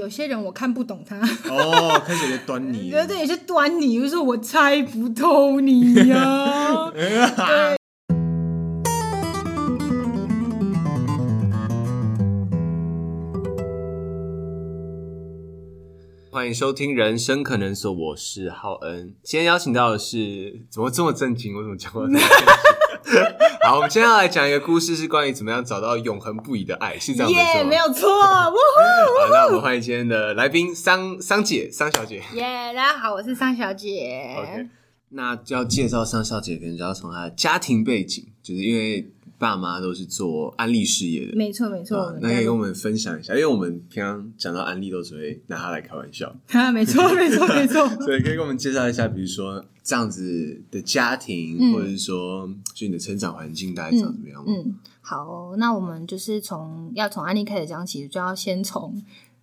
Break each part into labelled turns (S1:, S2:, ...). S1: 有些人我看不懂他，
S2: 哦，开始在 端
S1: 你
S2: 倪
S1: 觉
S2: 了。
S1: 得也是端倪，就是我猜不透你呀、 对，
S2: 欢迎收听《人生可能所》，我是浩恩。今天邀请到的是，怎么这么震惊？我怎么讲话这么震 惊？ 好，我们今天要来讲一个故事，是关于怎么样找到永恒不移的爱，是这样
S1: 耶、
S2: 没错吗
S1: 没。有 错，哇呼，
S2: 好，那我们欢迎今天的来宾桑桑姐、桑小姐。
S1: 耶、大家好，我是桑小姐。
S2: OK，那就要介绍桑小姐，可能就要从她的家庭背景，就是因为爸妈都是做安利事业的。
S1: 没错没错，我
S2: 啊
S1: 们
S2: 那
S1: 家
S2: 可以
S1: 里
S2: 跟我们分享一下，因为我们平常讲到安利都只会拿它来开玩笑，
S1: 啊，没错没错没错，
S2: 所以可以给我们介绍一下，比如说这样子的家庭，
S1: 嗯
S2: 或者是说就你的成长环境大概长怎么样吗？
S1: 嗯，好哦、那我们就是从要从安利开始讲起，就要先从。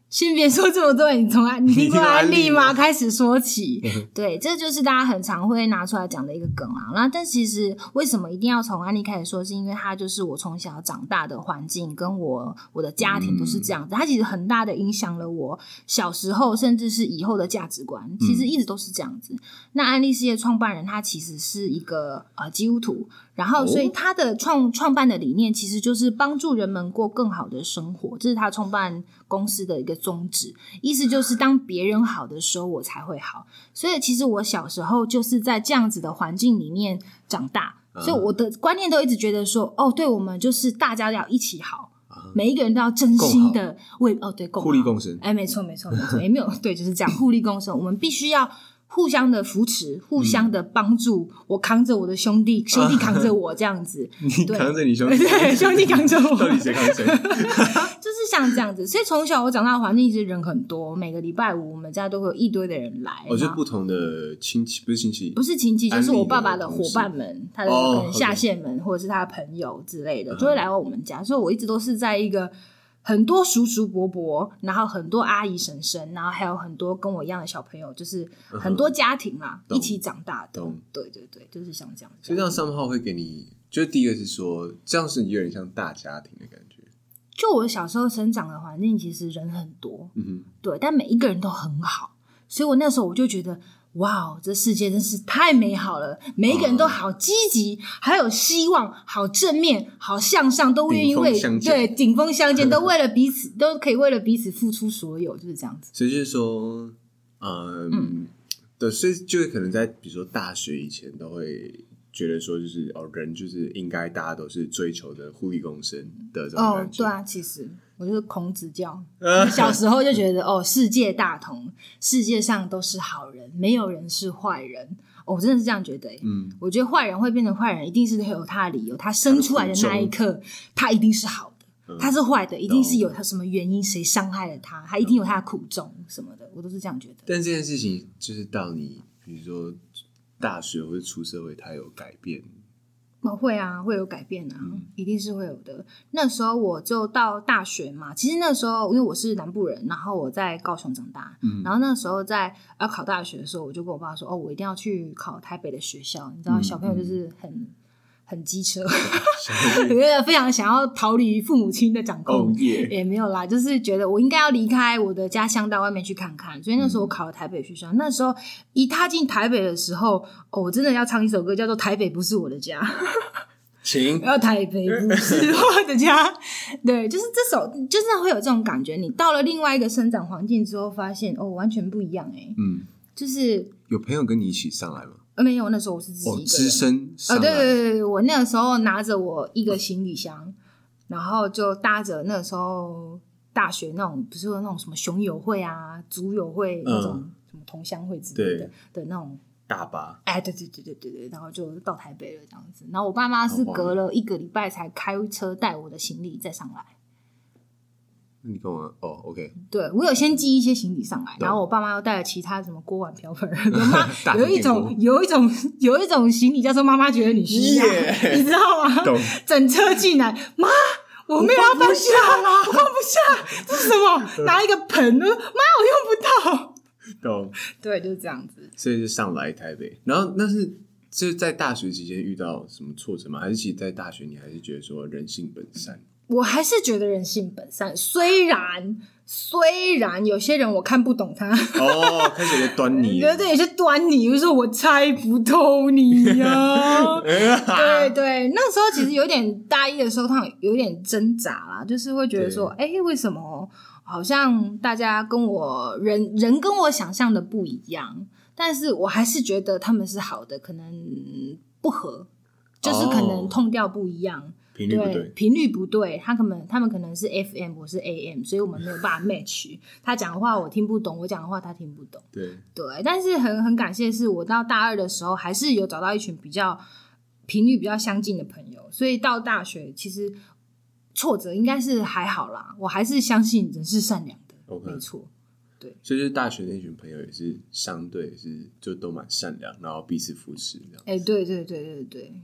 S1: 先别说这么多，你从安你听过
S2: 你听过
S1: 安利吗？
S2: 安利吗
S1: 开始说 起，对，这就是大家很常会拿出来讲的一个梗啊。那但其实为什么一定要从安利开始说，是因为它就是我从小长大的环境，跟我我的家庭都是这
S2: 嗯
S1: 样子。它其实很大的影响了我小时候，甚至是以后的价值观，其
S2: 嗯
S1: 实一直都是这样子。那安利事业创办人他其实是一个呃基督徒，然后
S2: 哦
S1: 所以他的创创办的理念其实就是帮助人们过更好的生活，这是他创办公司的一个宗旨。意思就是当别人好的时候，我才会好。所以其实我小时候就是在这样子的环境里面长大，
S2: 啊
S1: 所以我的观念都一直觉得说，哦，对我们就是大家要一起好，
S2: 啊
S1: 每一个人都要真心的为哦对，共好
S2: 互利共生，
S1: 哎，没错，没错，没错，也没有对，就是这样，互利共生。我们必须要互相的扶持，互相的帮助。我扛着我的兄弟，兄弟扛着我，这样子，
S2: 你
S1: 对
S2: 扛着 你兄 弟，
S1: 对，啊兄弟扛着我，
S2: 到底谁扛 谁？
S1: 就是像这样子。所以从小我长大的环境其实人很多，每个礼拜五我们家都会有一堆的人来。
S2: 我觉
S1: 然
S2: 得
S1: 后
S2: 不同的亲戚不是亲戚
S1: 不，是亲戚，
S2: 安
S1: 就
S2: 利
S1: 是我
S2: 的
S1: 爸爸的
S2: 同
S1: 伙
S2: 事
S1: 伴们，他的
S2: 哦
S1: 可能下
S2: OK
S1: 线们或者是他的朋友之类的，
S2: 嗯
S1: 就会来到我们家，所以我一直都是在一个很多叔叔伯伯，然后很多阿姨婶婶，然后还有很多跟我一样的小朋友，就是
S2: 嗯哼
S1: 很多家庭啦，
S2: 懂
S1: 一起长大的
S2: 懂。
S1: 对对对，就是像这样子。
S2: 所以这样上号会给你，就是第一个是说，这样是有点像大家庭的感觉。
S1: 就我小时候生长的环境，其实人很多，
S2: 嗯
S1: 对，但每一个人都很好，所以我那时候我就觉得，哇，哦这世界真是太美好了，每一个人
S2: 嗯
S1: 都好积极，还有希望，好正面，好向上，都愿意为
S2: 顶峰相见
S1: 对顶峰相见，都为了彼此，都可以为了彼此付出所有，就是这样子。
S2: 所以就是说，嗯，
S1: 嗯
S2: 对，所以就是可能在比如说大学以前都会觉得说，就是哦，人就是应该大家都是追求的互利共生的这种
S1: 哦
S2: 感，觉。
S1: 对啊，其实我就是孔子 教，
S2: 呃
S1: 小时候就觉得哦，世界大同，世界上都是好人，没有人是坏人。哦，我真的是这样觉得、欸。
S2: 嗯，
S1: 我觉得坏人会变成坏人，一定是有他的理由。他生出来的那一刻，他一定是好的；
S2: 嗯
S1: 他是坏的，一定是有他什么原因，谁伤害了他，他一定有他的苦衷什么的。我都是这样觉得。
S2: 但这件事情就是到你比如说大学或者出社会，它有改变。
S1: 哦，会啊，会有改变啊，
S2: 嗯
S1: 一定是会有的。那时候我就到大学嘛，其实那时候因为我是南部人，然后我在高雄长大，
S2: 嗯
S1: 然后那时候在要考大学的时候，我就跟我爸说：“哦，我一定要去考台北的学校。”你知道，
S2: 嗯
S1: 小朋友
S2: 嗯
S1: 就是很、很机车，
S2: 小时候
S1: 因为非常想要逃离父母亲的掌控
S2: 哦。耶，
S1: 也没有啦，就是觉得我应该要离开我的家乡，到外面去看看。所以那时候
S2: 嗯
S1: 我考了台北学校。那时候一踏进台北的时候，哦，我真的要唱一首歌，叫做《台北不是我的家》。
S2: 请
S1: 要台北不 是我的家，对，就是这首，就是会有这种感觉。你到了另外一个生长环境之后，发现哦，完全不一样哎、
S2: 嗯，
S1: 就是
S2: 有朋友跟你一起上来吗？
S1: 呃没有，那时候我是自己一个
S2: 哦，
S1: 人。
S2: 资深
S1: 呃，
S2: 上
S1: 对对
S2: 来，
S1: 对对，我那个时候拿着我一个行李箱，然后就搭着那时候大学那种，不是有那种什么熊友会啊、族友会那种、
S2: 嗯
S1: 什么同乡会之类的的那种，
S2: 大巴
S1: 哎，对对对对对对，然后就到台北了这样子。然后我爸妈是
S2: 好荒
S1: 隔了一个礼拜才开车带我的行李再上来。
S2: 你跟我哦，OK，
S1: 对我有先寄一些行李上来，
S2: 懂
S1: 然后我爸妈又带了其他什么锅碗瓢 盆，我妈
S2: 大
S1: 有一
S2: 电锅
S1: 种有一种有一种行李叫做妈妈觉得你需要
S2: Yeah
S1: 你知道吗？
S2: 懂。
S1: 整车进来，妈。我没有要放下啦，我放不下，这是什 么？拿一个盆，妈，我用不到。
S2: 懂，
S1: 对，就是这样子。
S2: 所以就上来台北。然后那是 就是在大学期间遇到什么挫折吗？还是其实在大学你还是觉得说人性本善？
S1: 我还是觉得人性本善，虽然虽然有些人我看不懂他，
S2: 哦，开始有点端
S1: 你
S2: 倪
S1: 觉 得
S2: 了。
S1: 这也是端倪，就是我猜不透你呀、
S2: 啊
S1: 对对，那时候其实有点大一的时候，他有点挣扎啦，就是会觉得说，哎，为什么好像大家跟我人人跟我想象的不一样？但是我还是觉得他们是好的，可能不合，就是可能
S2: 哦
S1: 痛调不一样。
S2: 频率不对，
S1: 频率不对，他可能他们可能是 FM，我是 AM，所以我们没有办法 match。他讲的话我听不懂，我讲的话他听不懂。
S2: 对，
S1: 对，但是很很感谢，是我到大二的时候还是有找到一群比较频率比较相近的朋友，所以到大学其实挫折应该是还好啦，我还是相信人是善良的
S2: OK
S1: 没错。
S2: 所以就是大学那群朋友也是相对也是就都蛮善良，然后彼此扶持这样。
S1: 哎、对对对对对，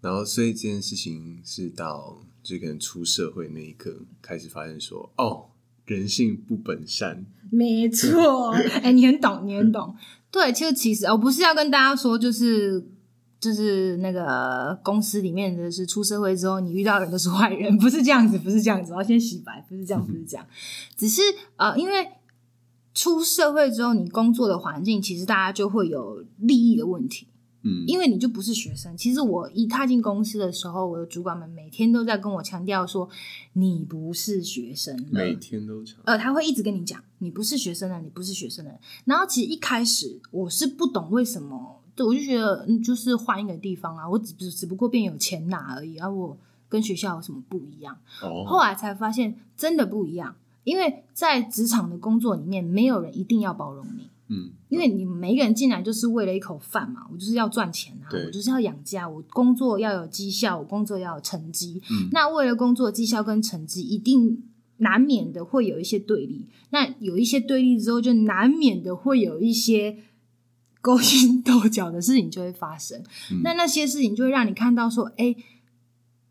S2: 然后所以这件事情是到就可能出社会那一刻开始发现说，哦，人性不本善，
S1: 没错， 哎、你很懂，你很懂。对，其实其实我哦不是要跟大家说，就是就是那个公司里面的是出社会之后，你遇到的人都是坏人， 不是这样子，不是这样子，我要先洗白，不是这样，不是这样。只是呃，因为出社会之后，你工作的环境其实大家就会有利益的问题。
S2: 嗯，
S1: 因为你就不是学生。其实我一踏进公司的时候，我的主管们每天都在跟我强调说，你不是学生了，
S2: 每天都吵，
S1: 呃，他会一直跟你讲，你不是学生了，你不是学生了。然后其实一开始我是不懂为什么，对我就觉得嗯，就是换一个地方啊，我只只只不过变有钱拿而已，啊，我跟学校有什么不一样？后
S2: 哦，
S1: 来才发现真的不一样，因为在职场的工作里面，没有人一定要包容你。
S2: 嗯，
S1: 因为你每一个人进来就是为了一口饭嘛，我就是要赚钱啊，
S2: 对
S1: 我就是要养家，我工作要有绩效，我工作要有成绩。
S2: 嗯
S1: 那为了工作绩效跟成绩，一定难免的会有一些对立。那有一些对立之后，就难免的会有一些勾心斗角的事情就会发生。
S2: 嗯
S1: 那那些事情就会让你看到说，哎，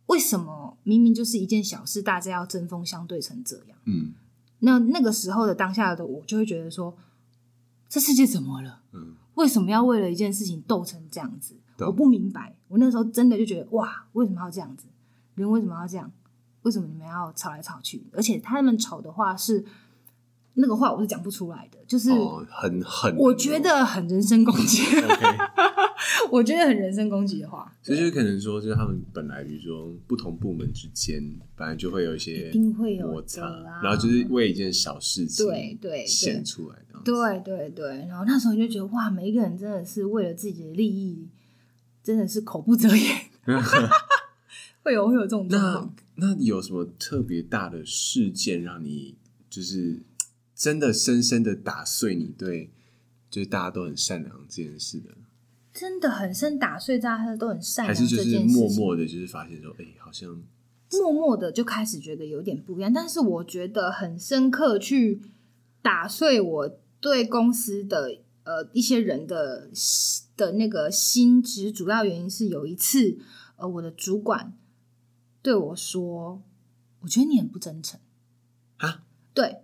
S1: 为什么明明就是一件小事，大家要针锋相对成这样？
S2: 嗯
S1: 那那个时候的当下的我，就会觉得说，这世界怎么了？
S2: 嗯，
S1: 为什么要为了一件事情斗成这样子？
S2: 懂
S1: 我不明白。我那时候真的就觉得，哇，为什么要这样子？人为什么要这样？为什么你们要吵来吵去？而且他们吵的话是那个话，我是讲不出来的，就是
S2: 哦，很很，
S1: 我觉得很人身攻击，
S2: OK。
S1: 我觉得很人身攻击的话，
S2: 所以就是可能说，就是他们本来比如说不同部门之间，本来就会有一些
S1: 一定会有的啊
S2: 摩擦，然后就是为一件小事情
S1: 对对对
S2: 显出来这样子，
S1: 对对对，然后那时候你就觉得哇，每一个人真的是为了自己的利益，真的是口不择 言， 会有会有这种状
S2: 那
S1: 况。
S2: 那有什么特别大的事件让你就是真的深深的打碎你对就是大家都很善良这件事的，
S1: 真的很深打碎，大家都很善
S2: 还
S1: 良
S2: 是就
S1: 这
S2: 是
S1: 件事情，
S2: 默默的，就是发现说，哎、好像
S1: 默默的就开始觉得有点不一样。但是我觉得很深刻去打碎我对公司的呃一些人的的那个心，其实主要原因是有一次呃我的主管对我说，我觉得你很不真诚
S2: 啊，
S1: 对，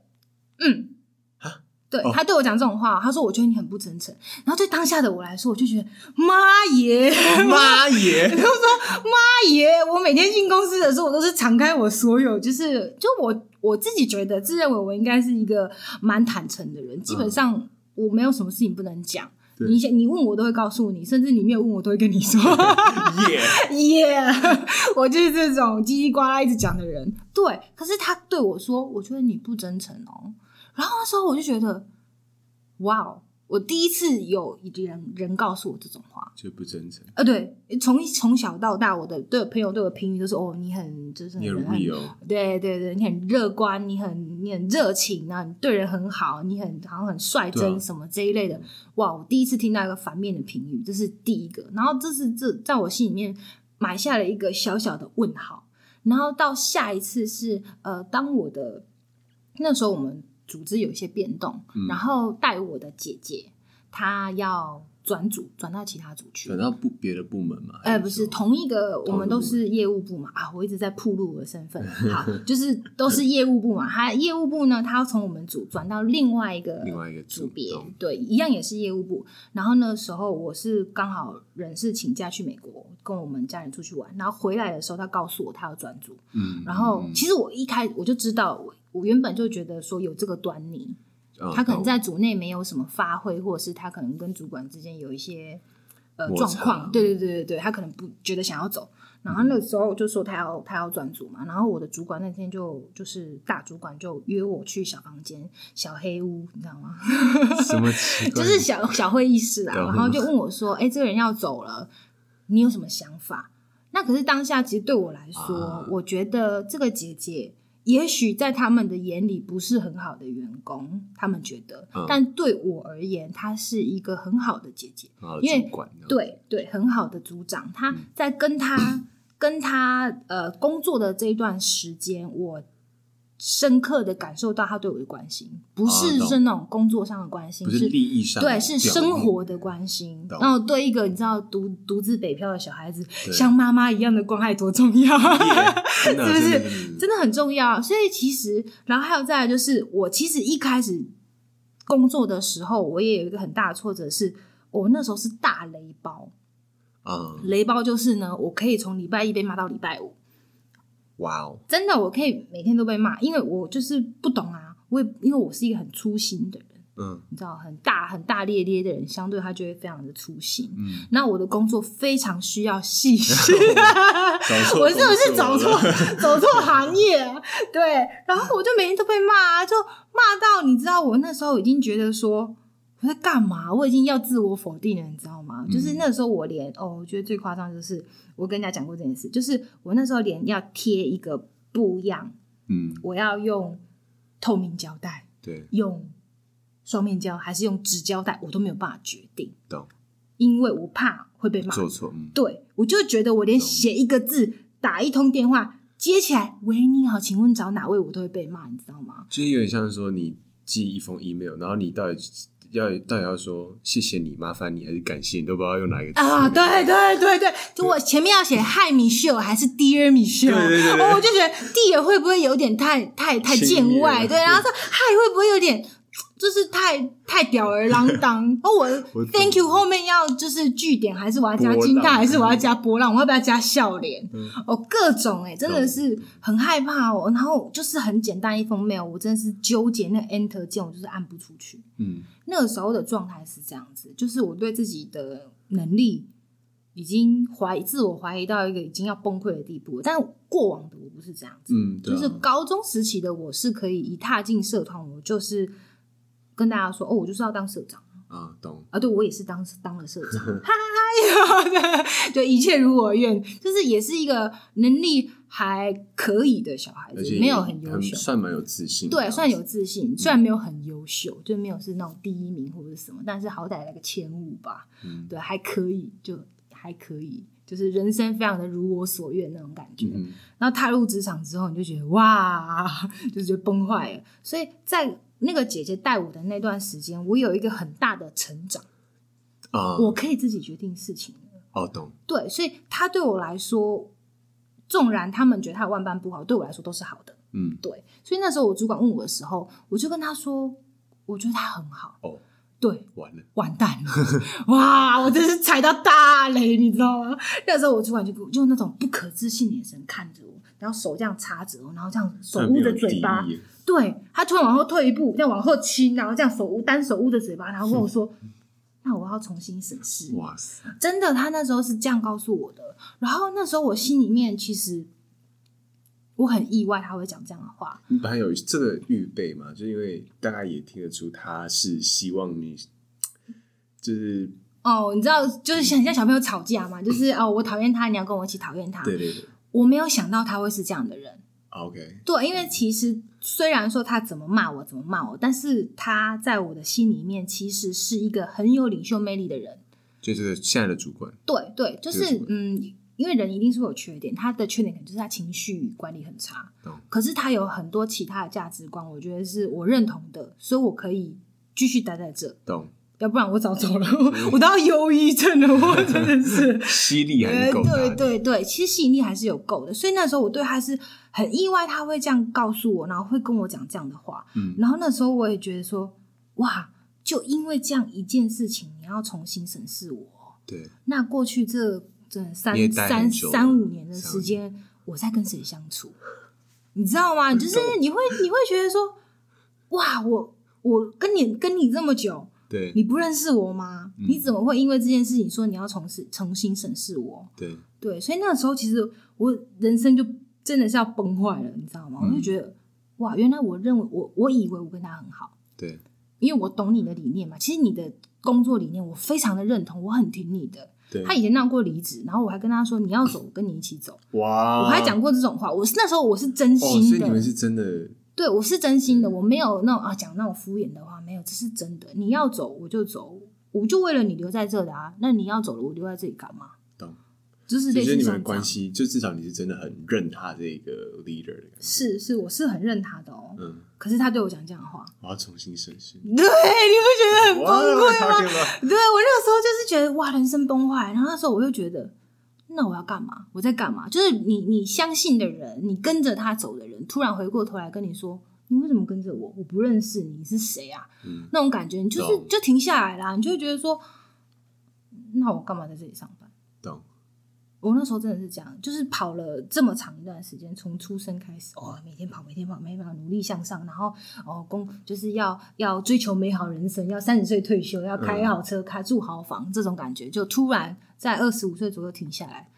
S1: 嗯。
S2: 啊
S1: 对
S2: 哦
S1: 他对我讲这种话，他说：“我觉得你很不真诚。”然后对当下的我来说，我就觉得妈耶，
S2: 妈耶，
S1: 大爷，我每天进公司的时候，我都是敞开我所有，就是就我我自己觉得自认为我应该是一个蛮坦诚的人，基本上我没有什么事情不能讲。
S2: 对
S1: 你想你问我都会告诉你，甚至你没有问我都会跟你说。
S2: 耶，
S1: 耶我就是这种叽里呱啦一直讲的人。对，可是他对我说，我觉得你不真诚哦。然后那时候我就觉得，哇哦，我第一次有人人告诉我这种话。
S2: 就不真 诚，
S1: 啊，对，从从小到大，我的对朋友对我评语都是哦，你很就是
S2: 你很
S1: 很
S2: real，
S1: 对对对，你很乐观，你很你很热情啊，你对人很好，你很好像很率
S2: 对啊
S1: 真什么这一类的。哇，我第一次听到一个反面的评语，这是第一个。然后这是这在我心里面埋下了一个小小的问号。然后到下一次是呃，当我的那时候
S2: 嗯
S1: 我们组织有一些变动，然后带我的姐姐她要转组转到其他组去
S2: 转。到部别的部门嘛？
S1: 哎、不是同一个，
S2: 同
S1: 我
S2: 一
S1: 们
S2: 个
S1: 都
S2: 部门
S1: 是业务部嘛啊，我一直在铺路我的身 份，好，就是都是业务部嘛。他业务部呢，他要从我们组转到另外一个
S2: 另外一个
S1: 组别
S2: 懂，
S1: 对，一样也是业务部。然后那时候我是刚好人事请假去美国，跟我们家人出去玩，然后回来的时候他告诉我他要转组，
S2: 嗯，
S1: 然后
S2: 嗯
S1: 其实我一开我就知道，我我原本就觉得说有这个端倪，
S2: 嗯
S1: 他可能
S2: 懂
S1: 在组内没有什么发挥，或者是他可能跟主管之间有一些呃
S2: 摩
S1: 状
S2: 擦嗯
S1: 况，对对对对对，他可能不觉得想要走。然后那时候就说他要他要转组嘛，然后我的主管那天就就是大主管就约我去小房间小黑屋，你知道吗？
S2: 什么奇
S1: 就
S2: 怪？
S1: 是小小会议室啊，
S2: 懂
S1: 然后就问我说：“哎、这个人要走了， 你有什么想法？”那可是当下，其实对我来说，
S2: 啊
S1: 我觉得这个姐姐也许在他们的眼里不是很好的员工，他们觉得，
S2: 嗯
S1: 但对我而言，她是一个很好的姐姐，
S2: 然后
S1: 因为
S2: 主管呢，
S1: 对对，很好的组长，
S2: 嗯
S1: 他在跟他、 跟他呃工作的这一段时间，我深刻的感受到他对我的关心，不是
S2: 啊懂
S1: 是那种工作上的关心，
S2: 不是利益上的嗯
S1: 对是
S2: 表
S1: 生
S2: 面
S1: 活的关心
S2: 懂。
S1: 然后对一个你知道独独自北漂的小孩子，
S2: 对嗯
S1: 像妈妈一样的关爱多重要。
S2: 真的
S1: 是不是
S2: 真的真 的
S1: 真的很重要。所以其实，然后还有再来就是，我其实一开始工作的时候，我也有一个很大的挫折是，我那时候是大雷包。
S2: 嗯，
S1: 雷包就是呢，我可以从礼拜一被骂到礼拜五，
S2: 哇哦，
S1: 真的，我可以每天都被骂，因为我就是不懂啊，我也因为我是一个很粗心的人，
S2: 嗯
S1: 你知道，很大很大咧咧的人，相对他就会非常的粗心。
S2: 嗯，
S1: 那我的工作非常需要细 心，
S2: 找错
S1: 我是不是走
S2: 工作
S1: 错
S2: 了
S1: 走错行业啊？对，然后我就每天都被骂啊，就骂到你知道，我那时候已经觉得说我在干嘛，我已经要自我否定了，你知道吗？
S2: 嗯
S1: 就是那时候我连哦，我觉得最夸张就是我跟人家讲过这件事，就是我那时候连要贴一个布样，
S2: 嗯，
S1: 我要用透明胶带，
S2: 对，
S1: 用双面胶还是用纸胶带，我都没有办法决定，
S2: 懂，
S1: 因为我怕会被骂。
S2: 做错，嗯，
S1: 对，我就觉得我连写一个字、打一通电话、接起来“喂，你好，请问找哪位”，我都会被骂，你知道吗？
S2: 就是有点像是说你寄一封 email，然后你到底要到底要说谢谢你、麻烦你还是感谢你，都不知道用哪一个字
S1: 啊，对对对对，就我前面要写“嗨米秀”还是 “Dear 米秀”，
S2: 对对对对
S1: 哦我就觉得 “Dear” 会不会有点太太太
S2: 轻
S1: 见
S2: 蔑
S1: 外？对，然后说“嗨”会不会有点？就是太太吊儿郎 当哦！
S2: 我
S1: 我
S2: 懂
S1: thank you 后面要就是句点，还是我要加
S2: 波
S1: 惊叹，
S2: 浪
S1: 还是我要加波浪？我要不要加笑脸？
S2: 嗯
S1: 哦，各种哎、真的是很害怕哦。然后就是很简单一封 mail，我真的是纠结那个 enter 键，我就是按不出去。
S2: 嗯，
S1: 那个时候的状态是这样子，就是我对自己的能力已经怀自我怀疑到一个已经要崩溃的地步了。但过往的我不是这样子，
S2: 嗯，对
S1: 就
S2: 啊
S1: 是高中时期的我是可以一踏进社团，我就是跟大家说，哦，我就是要当社长。
S2: 啊，懂，
S1: 啊，对我也是当当了社 长，嗨，就一切如我愿，就是也是一个能力还可以的小孩
S2: 而且
S1: 子，没有很优秀，
S2: 算蛮有自信的，
S1: 对，算有自信，
S2: 嗯
S1: 虽然没有很优秀，就没有是那种第一名或者是什么，但是好歹来个前五吧，
S2: 嗯，
S1: 对，还可以，就还可以，就是人生非常的如我所愿那种感觉。
S2: 嗯，
S1: 然后踏入职场之后，你就觉得哇， 就觉得崩坏了。所以在那个姐姐带我的那段时间，我有一个很大的成长。
S2: 啊，
S1: 我可以自己决定事情了。
S2: 哦，懂，
S1: 对，所以他对我来说，纵然他们觉得他有万般不好，对我来说都是好的。
S2: 嗯，
S1: 对，所以那时候我主管问我的时候，我就跟他说，我觉得他很好。
S2: 哦，
S1: 对，
S2: 完了，
S1: 完蛋 了，哇，我真是踩到大雷，你知道吗？那时候我主管就给我用那种不可置信的眼神看着我，然后手这样插着我，然后这样手捂着嘴巴，
S2: 很没有敌意耶
S1: 对他突然往后退一步，再往后亲，然后这样手捂单手捂着嘴巴，然后跟我说：“那我要重新审视。”
S2: 哇塞，
S1: 真的，他那时候是这样告诉我的。然后那时候我心里面其实我很意外他会讲这样的话，
S2: 你本来有这个预备嘛？就因为大家也听得出他是希望你，就是
S1: 哦，你知道，就是
S2: 嗯
S1: 像像小朋友吵架嘛，就是哦，我讨厌他，你要跟我一起讨厌他。
S2: 对对对啊
S1: 我没有想到他会是这样的人。
S2: ，OK，
S1: 对，因为其实虽然说他怎么骂我，怎么骂我，但是他在我的心里面其实是一个很有领袖魅力的人。
S2: 就是现在的主管，
S1: 对对，就
S2: 这个
S1: 是
S2: 是
S1: 嗯，因为人一定是会有缺点，他的缺点可能就是他情绪管理很差
S2: 懂，
S1: 可是他有很多其他的价值观，我觉得是我认同的，所以我可以继续待在这。
S2: 懂？
S1: 要不然我早走了，
S2: 嗯
S1: 我我都要忧郁症了，我真的是。
S2: 吸力还是
S1: 呃
S2: 够大的
S1: 对对对，其实吸引力还是有够的，所以那时候我对他是很意外，他会这样告诉我，然后会跟我讲这样的话。
S2: 嗯
S1: 然后那时候我也觉得说，哇，就因为这样一件事情，你要重新审视我。
S2: 对，
S1: 那过去这这三
S2: 你也待很
S1: 三
S2: 久了
S1: 三五年的时间，我在跟谁相处，你知道吗？就是你会你会觉得说，哇，我我跟你跟你这么久，
S2: 对
S1: 你不认识我吗？
S2: 嗯
S1: 你怎么会因为这件事情说你要重视重新审视我？
S2: 对，
S1: 对，所以那个时候其实我人生就真的是要崩坏了，你知道吗？
S2: 嗯
S1: 我就觉得，哇，原来我认为我我以为我跟他很好，
S2: 对，
S1: 因为我懂你的理念嘛。其实你的工作理念我非常的认同，我很挺你的。
S2: 对，
S1: 他以前闹过离职，然后我还跟他说你要走，我跟你一起走，
S2: 哇，
S1: 我还讲过这种话。我是那时候我是真
S2: 啊哦，所
S1: 心
S2: 以
S1: 的，
S2: 你们是真的，
S1: 对我是真心的，我没有那种啊讲那种敷衍的话，没有，这是真的。你要走我就走，我就为了你留在这的啊。那你要走了，我留在这里干嘛？
S2: 懂
S1: 就是
S2: 就
S1: 类
S2: 是
S1: 似
S2: 你
S1: 像
S2: 们
S1: 这
S2: 的关
S1: 样。
S2: 系，就至少你是真的很认他这个 leader 的感觉，
S1: 是是，我是很认他的哦。
S2: 嗯，
S1: 可是他对我讲这样的话，
S2: 我要重新审视，
S1: 对，你不觉得很崩溃啊吗？
S2: 吗？
S1: 对我那个时候就是觉得哇，人生崩坏。然后那时候我就觉得，那我要干嘛？我在干嘛？就是你你相信的人，你跟着他走的人，突然回过头来跟你说，你为什么跟着我？我不认识你，你是谁啊？
S2: 嗯，
S1: 那种感觉，你就是
S2: 懂
S1: 就停下来啦，你就会觉得说，那我干嘛在这里上班？
S2: 懂，
S1: 我那时候真的是这样，就是跑了这么长一段时间，从出生开始，哦，每天跑，每天跑，每天跑，努力向上，然后哦，工就是要要追求美好人生，要三十岁退休，要开
S2: 嗯
S1: 好车，开住豪房，这种感觉，就突然在二十五岁左右停下来，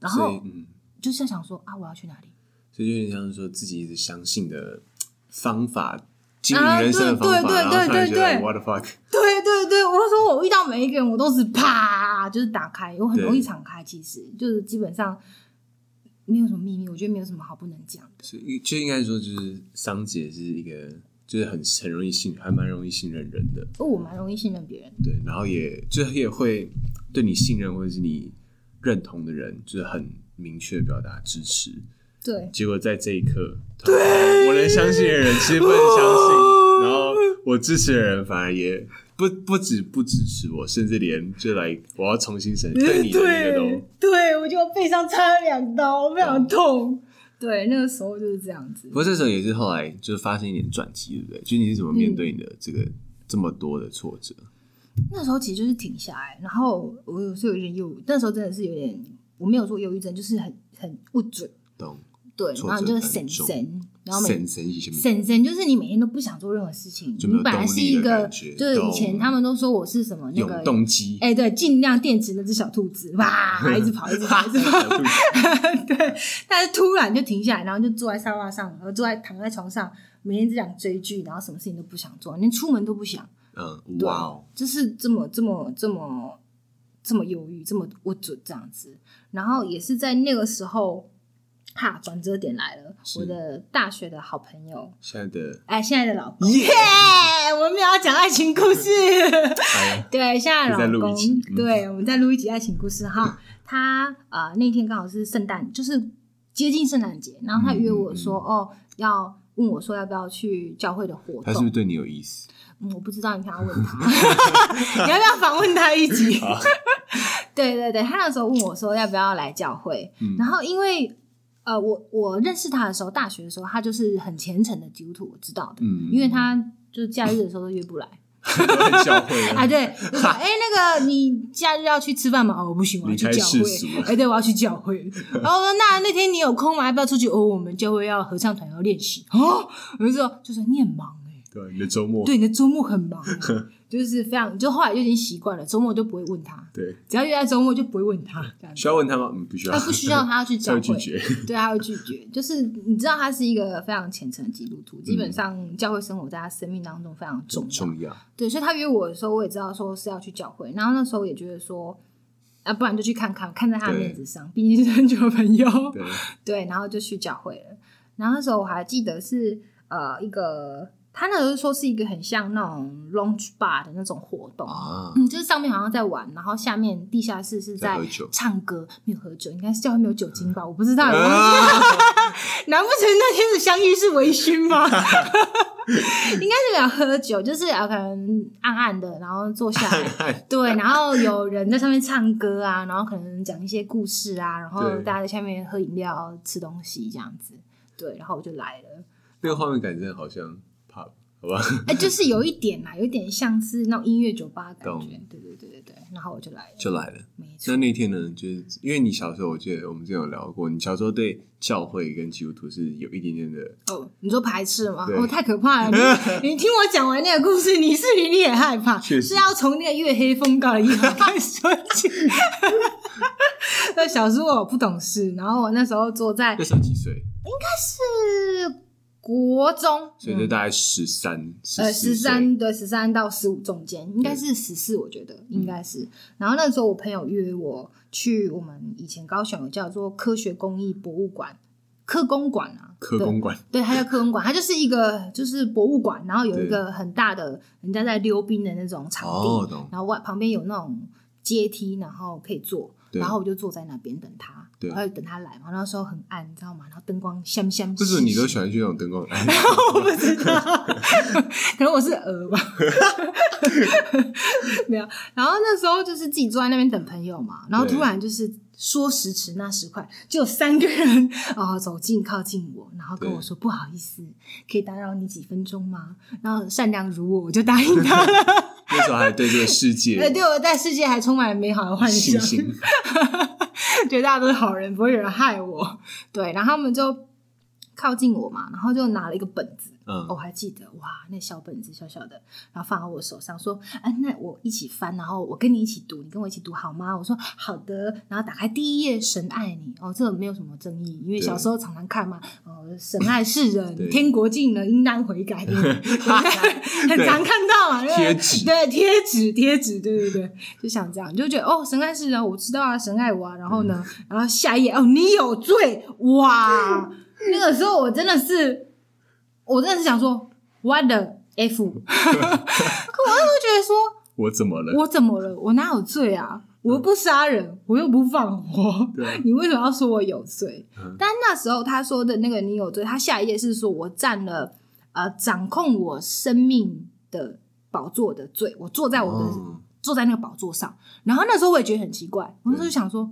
S1: 然
S2: 所以
S1: 后
S2: 嗯，
S1: 就是想说啊，我要去哪里？
S2: 所以就有点像是说自己一直相信的方法，经营
S1: 啊
S2: 人生的方法，
S1: 对对
S2: 然后突然
S1: 对对
S2: 觉得哎
S1: 对
S2: what the fuck，
S1: 对对对，我说我遇到每一个人，我都是啪，就是打开，我很容易敞开。其实就是基本上没有什么秘密，我觉得没有什么好不能讲的。
S2: 所以就应该说就是桑姐是一个就是很很容易信，还蛮容易信任人的，
S1: 哦因为我蛮容易信任别人，
S2: 对，然后也就是也会对你信任或者是你认同的人，就是很明确地表达支持。
S1: 对，
S2: 结果在这一刻，对，我能相信的人其实不能相 信，然后我支持的人反而也不不止不支持我，甚至连就来我要重新审对你的那个
S1: 嗯对
S2: 都，
S1: 对，我就背上插了两刀，非常痛。对，那个时候就是这样子
S2: 嗯不。过这时候也是后来就是发生一点转机，对不对？就你是怎么
S1: 嗯
S2: 面对你的这个、这么多的挫折？
S1: 那时候其实就是停下来，然后我有时候有点忧，那时候真的是有点，我没有说忧郁症，就是很很不准。
S2: 懂？
S1: 对，
S2: 挫折
S1: 然后你就是
S2: 感
S1: 神
S2: 重
S1: 神，然后每
S2: 神神以前
S1: 婶婶就是你每天都不想做任何事情，
S2: 就
S1: 你
S2: 没有
S1: 本来是一
S2: 动力的
S1: 个，
S2: 感觉
S1: 就是以前他们都说我是什么那
S2: 有
S1: 个，
S2: 动机，
S1: 哎、对，尽量电池那只小兔子，哇，一直跑，一直跑，一直跑， 对。但是突然就停下来，然后就坐在沙发上，然后坐在躺在床上，每天只想追剧，然后什么事情都不想做，连出门都不想。
S2: 嗯，
S1: 对
S2: 哇哦，
S1: 就是这么这么这么这么忧郁，这么我准这样子。然后也是在那个时候，哈，转折点来了，
S2: 是
S1: 我的大学的好朋友。
S2: 现在的
S1: 哎，现在的老公，
S2: 耶
S1: 耶！我们没有要讲爱情故事，
S2: 哎呀，
S1: 对，现在
S2: 可以再
S1: 的老
S2: 录一
S1: 公
S2: 集，嗯
S1: 对，我们再录一集爱情故事哈。他呃那天刚好是圣诞，就是接近圣诞节，然后他约我说，
S2: 嗯
S1: 哦，要问我说要不要去教会的活
S2: 他是不是
S1: 动，
S2: 对你有意思？
S1: 嗯，我不知道，你看要问他， 你要不要访问他一集？
S2: 啊
S1: 对对对，他那时候问我说要不要来教会，
S2: 嗯
S1: 然后因为呃，我我认识他的时候，大学的时候，他就是很虔诚的基督徒，我知道的，
S2: 嗯
S1: 因为他就是假日的时候都约不来
S2: 很教会
S1: 啊，
S2: 了，
S1: 对，就说哎、那个你假日要去吃饭吗？哦，不行，我要去
S2: 离开
S1: 教会
S2: 世俗了，
S1: 哎、对，我要去教会。然后我说那那天你有空吗？要不要出去？哦，我们教会要合唱团要练习哦，我就说就是你很忙哎、
S2: 对，你的周末，
S1: 对，你的周末很忙 欸，就是非常，就后来就已经习惯了，周末就不会问他，
S2: 对，
S1: 只要约在周末就不会问他，这样子
S2: 需要问他吗？嗯，不需要，
S1: 他不需要他要去
S2: 他
S1: 教
S2: 会
S1: 会，
S2: 拒绝，
S1: 欸 对，他会拒绝。就是你知道他是一个非常虔诚的基督徒，基本上教会生活在他生命当中非常重要。
S2: 重要，
S1: 对，所以他约我的时候，我也知道说是要去教会，然后那时候也觉得说。啊，不然就去看看，看在他的面子上，毕竟是很久的朋友。
S2: 对，
S1: 对，然后就去教会了。然后那时候我还记得是呃一个他那时候说是一个很像那种 lounge bar 的那种活动，
S2: 啊，
S1: 嗯，就是上面好像在玩，然后下面地下室是
S2: 在
S1: 在
S2: 喝酒
S1: 唱歌，没有喝酒，应该是叫他没有酒精吧，我不知道。
S2: 啊
S1: 难不成那天的相遇是微醺吗？ 应该是有喝酒，就是啊，可能暗暗的，然后坐下来，对，然后有人在上面唱歌啊，然后可能讲一些故事啊，然后
S2: 对
S1: 大家在下面喝饮料、吃东西这样子。对，然后我就来了，
S2: 那个画面感真的好像 pub，好吧？
S1: 哎、就是有一点啦，有一点像是那种音乐酒吧的感
S2: 懂
S1: 觉，对对对对对，然后我 就来了，
S2: 就来了。
S1: 没错
S2: 那，那天呢，就是因为你小时候，我记得我们之前有聊过，你小时候对教会跟基督徒是有一点点的，
S1: 哦，你说排斥吗？
S2: 对
S1: 哦，太可怕了！你 你听我讲完那个故事，你是不是你也害怕？
S2: 确实
S1: 是要从那个月黑风高的夜晚开始说 起。那小时候我不懂事，然后我那时候坐在
S2: 那时候几岁？
S1: 是国中，
S2: 所以就大概十三、
S1: 嗯呃，
S2: 十
S1: 十三对十三到十五中间，应该是十四，我觉得
S2: 嗯
S1: 应该是。然后那时候我朋友约我去我们以前高雄有叫做科学工艺博物馆，科工馆啊，
S2: 科
S1: 对
S2: 公馆，
S1: 对，它叫科文馆，它就是一个就是博物馆，然后有一个很大的人家在溜冰的那种场地，
S2: 哦懂
S1: 然后外旁边有那种阶梯，然后可以坐，
S2: 对
S1: 然后我就坐在那边等他，
S2: 对
S1: 然后等他来嘛，那时候很暗，你知道吗？然后灯光香香，
S2: 为什么你都喜欢去那种灯光？
S1: 我不知道，可能我是鹅吧， 没有。然后那时候就是自己坐在那边等朋友嘛，然后突然就是说时迟那时快，就有三个人啊、走近靠近我，然后跟我说不好意思，可以打扰你几分钟吗？然后善良如我，我就答应他了。
S2: 那时候还对这个世界
S1: 对，我在世界还充满了美好的幻
S2: 信
S1: 想。
S2: 心，
S1: 觉得大家都是好人，不会有人害我。对，然后他们就靠近我嘛，然后就拿了一个本子，
S2: 嗯
S1: 哦我还记得哇，那小本子小小的，然后放到我手上，说：“哎、那我一起翻，然后我跟你一起读，你跟我一起读好吗？”我说：“好的。”然后打开第一页，“神爱你”，哦，这个没有什么争议，因为
S2: 对
S1: 小时候常常看嘛，哦，“神爱世
S2: 对
S1: 人，天国近了，应当悔 改”，对不对很常看到啊嘛，对不对
S2: 贴纸
S1: 呃对贴纸贴纸，对对对，就想这样，你就觉得哦，神爱世人，我知道啊，神爱我啊，然后呢，
S2: 嗯
S1: 然后下一页哦，你有罪， 哇，那个时候我真的是。我真的是想说，what the f？可我那时候觉得说，
S2: 我怎么了？
S1: 我怎么了？我哪有罪啊？我又不杀人，我又不放火，
S2: 对啊
S1: 你为什么要说我有罪？
S2: 嗯
S1: 但那时候他说的那个你有罪，他下一页是说我占了呃掌控我生命的宝座的罪，我坐在我的、
S2: 哦
S1: 坐在那个宝座上。然后那时候我也觉得很奇怪，我那时候就想说，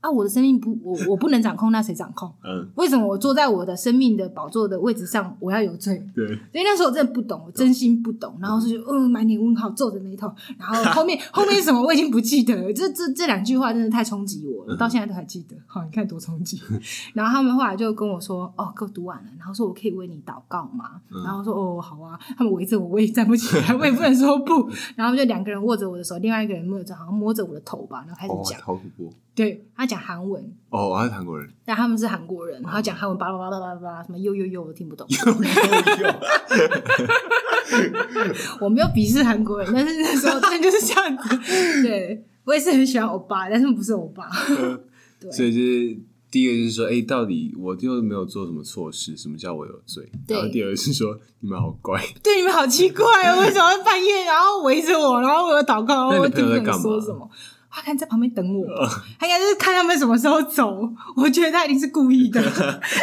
S1: 啊，我的生命不，我我不能掌控，那谁掌控？
S2: 嗯，
S1: 为什么我坐在我的生命的宝座的位置上，我要有罪？
S2: 对，
S1: 所以那时候我真的不懂，我真心不懂，然后就觉得嗯，满脸问号，皱着眉头，然后后面后面是什么我已经不记得了，这这这两句话真的太冲击我了，到现在都还记得。好，你看多冲击。然后他们后来就跟我说，哦，给我读完了，然后说我可以为你祷告吗？然后我说哦，好啊。他们围着我，我也站不起来，我也不能说不。然后就两个人握着我的手，另外一个人摸着好像摸着我的头吧，然后开始
S2: 哦，
S1: 讲，
S2: 好恐怖
S1: 对他讲韩文，
S2: 哦，我还是韩国人，
S1: 但他们是韩国人，然后讲韩文巴拉巴拉巴拉巴拉，什么呦呦呦，我都听不懂。 我没有鄙视韩国人，但是那时候真的就是这样子。对我也是很喜欢欧巴，但是不是欧巴。对
S2: 所以就是第一个就是说，哎、到底我又没有做什么错事，什么叫我有罪？
S1: 对
S2: 然后第二个是说，你们好乖，
S1: 对你们好奇怪哦，为什么半夜然后围着我，然后我有祷告，
S2: 那
S1: 然
S2: 你
S1: 后我
S2: 的朋友
S1: 听
S2: 在
S1: 不
S2: 干嘛
S1: 懂说什么。他看在旁边等我，他应该就是看他们什么时候走。我觉得他一定是故意的，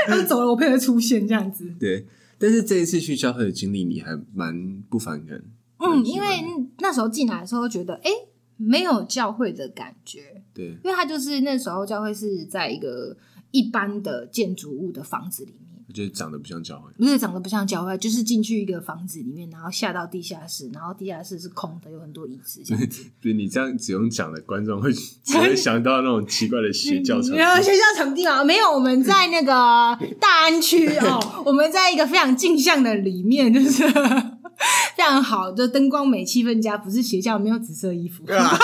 S1: 他们走了，我朋友出现这样子。
S2: 对。但是这一次去教会的经历，你还蛮不反感。
S1: 嗯，
S2: 蛮喜
S1: 因
S2: 欢
S1: 为那时候进来的时候觉得，哎、没有教会的感觉，
S2: 对
S1: 因为他就是那时候教会是在一个一般的建筑物的房子里面，
S2: 我觉得长得不像教会，
S1: 因为长得不像教会，就是进去一个房子里面，然后下到地下室，然后地下室是空的，有很多椅子这样 子。
S2: 就是你这样只用讲的，观众 会只会想到那种奇怪的邪教场
S1: 嗯没。有学校场地啊，没有，我们在那个大安 区哦，我们在一个非常镜像的里面，就是 非常好，就灯光美，气氛佳，不是学校没有紫色衣服，不能
S2: 啊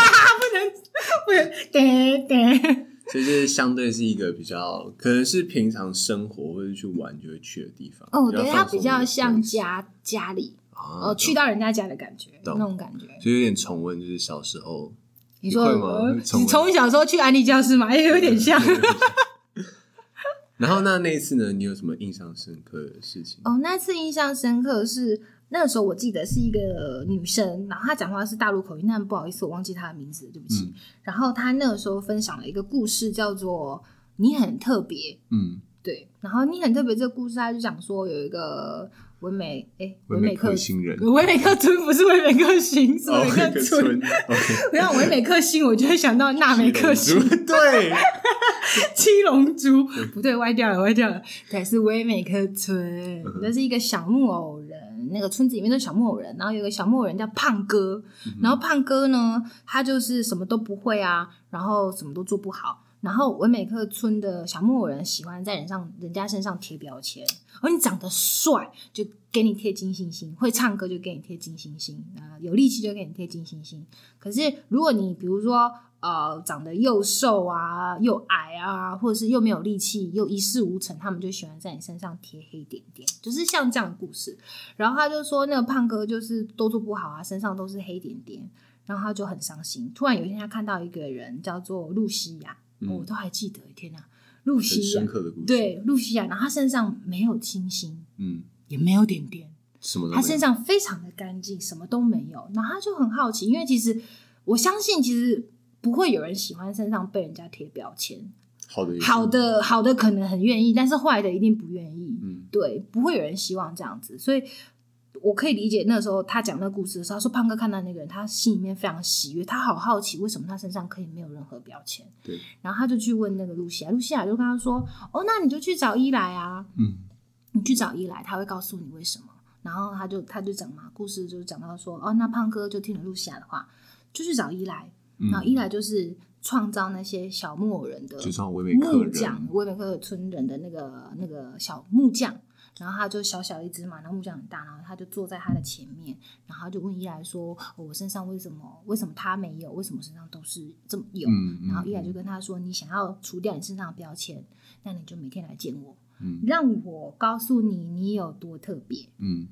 S1: 不能， 对对，
S2: 所以这相对是一个比较，可能是平常生活或者去玩就会去的地方。
S1: 哦，对，它
S2: 放松
S1: 比
S2: 的
S1: 较像
S2: place
S1: 家家里，
S2: 啊
S1: 哦，去，到人家家的感觉，
S2: 懂
S1: 那种感觉。
S2: 懂所以有点重温，就是小时 候
S1: 你说
S2: 会吗
S1: 呃
S2: 从
S1: 你从小时候去安利教室嘛，也有点像。
S2: 然后那那一次呢，你有什么印象深刻的事情？
S1: 哦，那次印象深刻是那个时候，我记得是一个女生，然后她讲话是大陆口音，但不好意思，我忘记她的名字了，对不起。
S2: 嗯
S1: 然后她那个时候分享了一个故事，叫做“你很特别
S2: 嗯”，
S1: 对。然后“你很特别”这个故事，她就讲说有一个文美，哎，
S2: 唯
S1: 美
S2: 美
S1: 克
S2: 克，星人，
S1: 维美克村不是维美克星，是
S2: 哦，
S1: 维美
S2: 一
S1: 克
S2: 个
S1: 村。
S2: 村，OK，
S1: 不要维美克星，我就会想到纳美克 星、
S2: 对，
S1: 七龙珠，
S2: 嗯
S1: 不对，歪掉了，歪掉了，对，是威美克村
S2: 嗯，哼
S1: 那是一个小木偶人，那个村子里面的小木偶人，然后有一个小木偶人叫胖哥，
S2: 嗯
S1: 然后胖哥呢，他就是什么都不会啊，然后什么都做不好。然后维美克村的小木偶人喜欢在人上人家身上贴标签，哦，你长得帅就给你贴金星星，会唱歌就给你贴金星星，啊、有力气就给你贴金星星。可是如果你比如说呃长得又瘦啊又矮啊，或者是又没有力气又一事无成，他们就喜欢在你身上贴黑点点，就是像这样的故事。然后他就说那个胖哥就是都做不好啊，身上都是黑点点，然后他就很伤心。突然有一天他看到一个人叫做露西亚，哦
S2: 嗯
S1: 我都还记得，天哪，露
S2: 很
S1: 西亚
S2: 深，刻的故事，，
S1: 对露西亚，然后他身上没有星星，
S2: 嗯，
S1: 也没有点点。
S2: 什么都没
S1: 他
S2: 有？
S1: 身上非常的干净，什么都没有。然后他就很好奇，因为其实我相信，其实不会有人喜欢身上被人家贴标签。
S2: 好的也是，
S1: 好的，好的可能很愿意，但是坏的一定不愿意。
S2: 嗯，
S1: 对，不会有人希望这样子，所以。我可以理解那时候他讲那故事的时候，他说胖哥看到那个人，他心里面非常喜悦，他好好奇为什么他身上可以没有任何标签，
S2: 对，
S1: 然后他就去问那个露西亚，露西亚就跟他说：“哦，那你就去找伊莱啊。”
S2: 嗯
S1: 你去找伊莱，他会告诉你为什么。然后他就他就讲嘛，故事就讲到说，哦，那胖哥就听了露西亚的话，就去找伊莱。
S2: 嗯
S1: 然后伊莱就是创造那些小木偶人的
S2: 就像唯美克
S1: 木
S2: 人，
S1: 匠，威美克村人的那个那个小木匠。然后他就小小一只嘛，然后木匠很大，然后他就坐在他的前面，然后他就问伊莱说：“哦我身上为什么为什么他没有？为什么身上都是这么有？”
S2: 嗯，嗯
S1: 然后伊莱就跟他说：“你想要除掉你身上的标签，那你就每天来见我。”
S2: 嗯
S1: 让我告诉你你有多特别，
S2: 嗯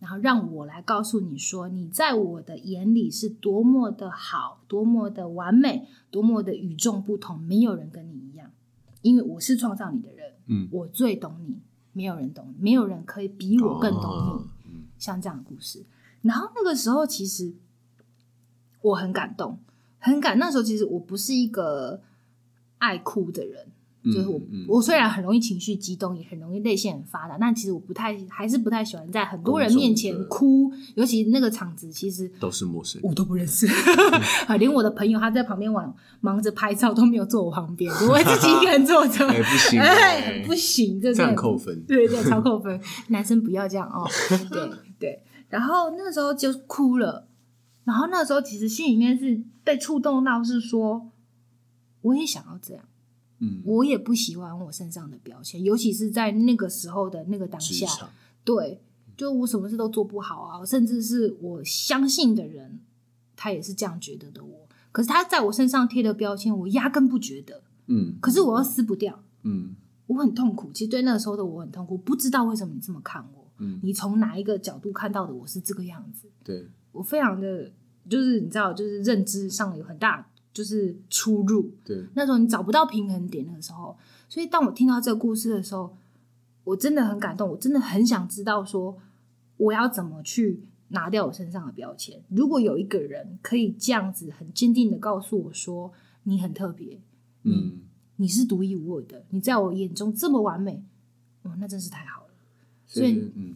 S1: 然后让我来告诉你说你在我的眼里是多么的好，多么的完美，多么的与众不同，没有人跟你一样，因为我是创造你的人，
S2: 嗯，
S1: 我最懂你，没有人懂你，没有人可以比我更懂你。
S2: 哦，嗯
S1: 像这样的故事。然后那个时候，其实我很感动，很感。那时候其实我不是一个爱哭的人，
S2: 嗯
S1: 就是我、
S2: 嗯
S1: 我虽然很容易情绪激动，也很容易泪腺很发达，但其实我不太还是不太喜欢在很多人面前哭，尤其那个场子，其实
S2: 都是陌生人，
S1: 我都不认识， 啊，连我的朋友他在旁边忙忙着拍照都没有坐我旁边，我会自己一个人坐 着，
S2: 哎，不行，
S1: 哎，
S2: 哎
S1: 很不行，这
S2: 这样扣分，
S1: 对对，超扣分，男生不要这样哦。对对，然后那时候就哭了，然后那时候其实心里面是被触动到，是说我也想要这样，
S2: 嗯，
S1: 我也不喜欢我身上的标签，尤其是在那个时候的那个当
S2: 职
S1: 下，
S2: 场，
S1: 对，就我什么事都做不好啊，甚至是我相信的人，他也是这样觉得的我。可是他在我身上贴的标签，我压根不觉得，
S2: 嗯
S1: 可是我又撕不掉，
S2: 嗯
S1: 我很痛苦。其实对那个时候的我很痛苦，不知道为什么你这么看我，
S2: 嗯，
S1: 你从哪一个角度看到的我是这个样子？
S2: 对，
S1: 我非常的就是你知道，就是认知上有很大就是出入。
S2: 对，
S1: 那时候你找不到平衡点那个时候，所以当我听到这个故事的时候，我真的很感动，我真的很想知道说我要怎么去拿掉我身上的标签。如果有一个人可以这样子很坚定的告诉我说你很特别，
S2: 嗯，
S1: 你是独一无二的，你在我眼中这么完美，哇，那真是太好了。
S2: 所以
S1: 所以
S2: 嗯，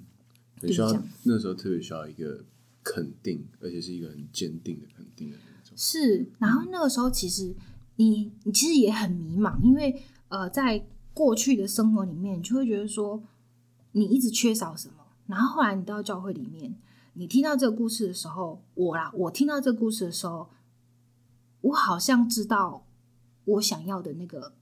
S1: 就是
S2: 很需
S1: 这
S2: 要
S1: 样
S2: 那时候特别需要一个肯定，而且是一个很坚定的肯定的那种，
S1: 是，然后那个时候其实你你其实也很迷茫，因为呃，在过去的生活里面，你就会觉得说你一直缺少什么。然后后来你到教会里面，你听到这个故事的时候，我啦，我听到这个故事的时候，我好像知道我想要的那个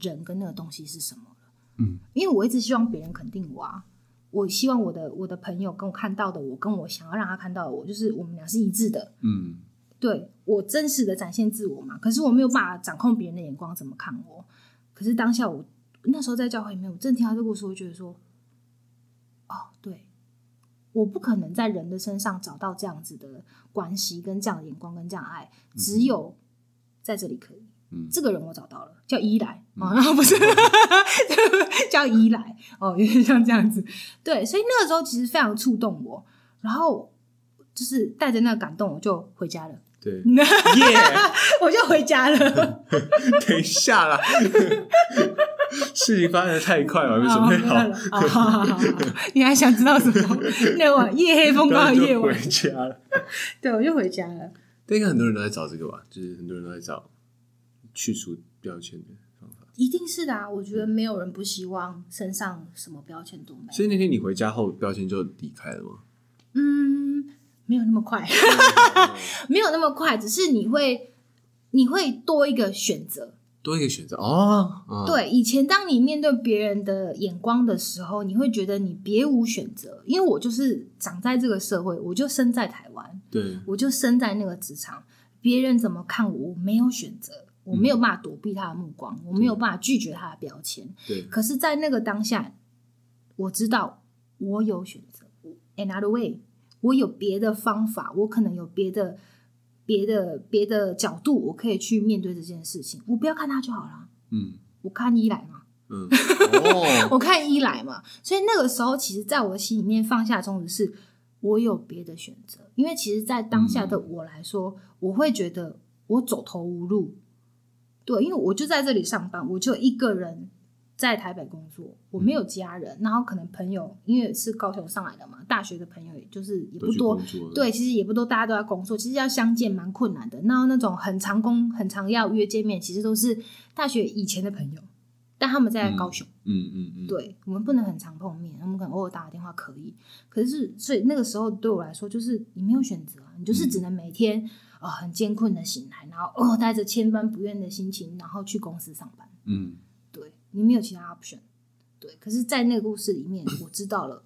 S1: 人跟那个东西是什么了。
S2: 嗯，
S1: 因为我一直希望别人肯定我啊。我希望我的我的朋友跟我看到的我，跟我想要让他看到的我，就是我们俩是一致的。
S2: 嗯
S1: 对我真实的展现自我嘛。可是我没有办法掌控别人的眼光怎么看我。可是当下我那时候在教会里面，我正听到这个故事，我觉得说，哦，对，我不可能在人的身上找到这样子的关系、跟这样的眼光、跟这样的爱，只有在这里可以。
S2: 嗯
S1: 这个人我找到了，叫伊莱哦，然后不是 叫伊莱哦，有点像这样子。对，所以那个时候其实非常触动我，然后就是带着那个感动，我就回家了，
S2: 对， 耶！
S1: 我就回家了。
S2: 等一下啦， 事情发生的太快了，我没
S1: 哦
S2: 准备
S1: 没有
S2: 好，
S1: 了哦好好好好好你还想知道什 么？那晚夜黑风高
S2: 然
S1: 的
S2: 后
S1: 夜
S2: 就
S1: 晚
S2: 回，家了。
S1: 对，我就回家了。
S2: 但应该很多人都在找这个吧，就是很多人都在找去除标签的方法。
S1: 一定是的啊！我觉得没有人不希望身上什么标签都没有。
S2: 所以那天你回家后，标签就离开了吗？
S1: 嗯，没有那么快，
S2: 嗯
S1: 没有那么快，只是你会你会多一个选择。
S2: 多一个选择哦，嗯，
S1: 对，以前当你面对别人的眼光的时候，你会觉得你别无选择，因为我就是长在这个社会，我就生在台湾，
S2: 对
S1: 我就生在那个职场，别人怎么看我，我没有选择，我没有办法躲避他的目光，我没有办法拒绝他的标签。
S2: 对
S1: 可是，在那个当下，我知道我有选择我，another way，我有别的方法，我可能有别的、别的、别的角度，我可以去面对这件事情。我不要看他就好了，啊
S2: 嗯
S1: 我看伊莱嘛，
S2: 嗯，哦，
S1: 我看伊莱嘛。所以那个时候，其实在我心里面放下的种子是，我有别的选择。因为其实，在当下
S2: 嗯
S1: 的我来说，我会觉得我走投无路。对，因为我就在这里上班，我就一个人在台北工作，我没
S2: 嗯
S1: 有家人，然后可能朋友，因为是高雄上来的嘛，大学的朋友也就是也
S2: 都
S1: 不
S2: 去
S1: 多
S2: 工，作了，
S1: 对，其实也不多，大家都在工作，其实要相见蛮困难的。那那种很常工、很常要约见面，其实都是大学以前的朋友，但他们在高雄，
S2: 嗯嗯嗯，，
S1: 对我们不能很常碰面，我们可能偶尔打个电话可以。可是，所以那个时候对我来说，就是你没有选择啊，你就是只能每天啊、呃很艰困的醒来，然后哦带着千般不愿的心情，然后去公司上班。
S2: 嗯，
S1: 对你没有其他 option。对，可是，在那个故事里面，我知道了，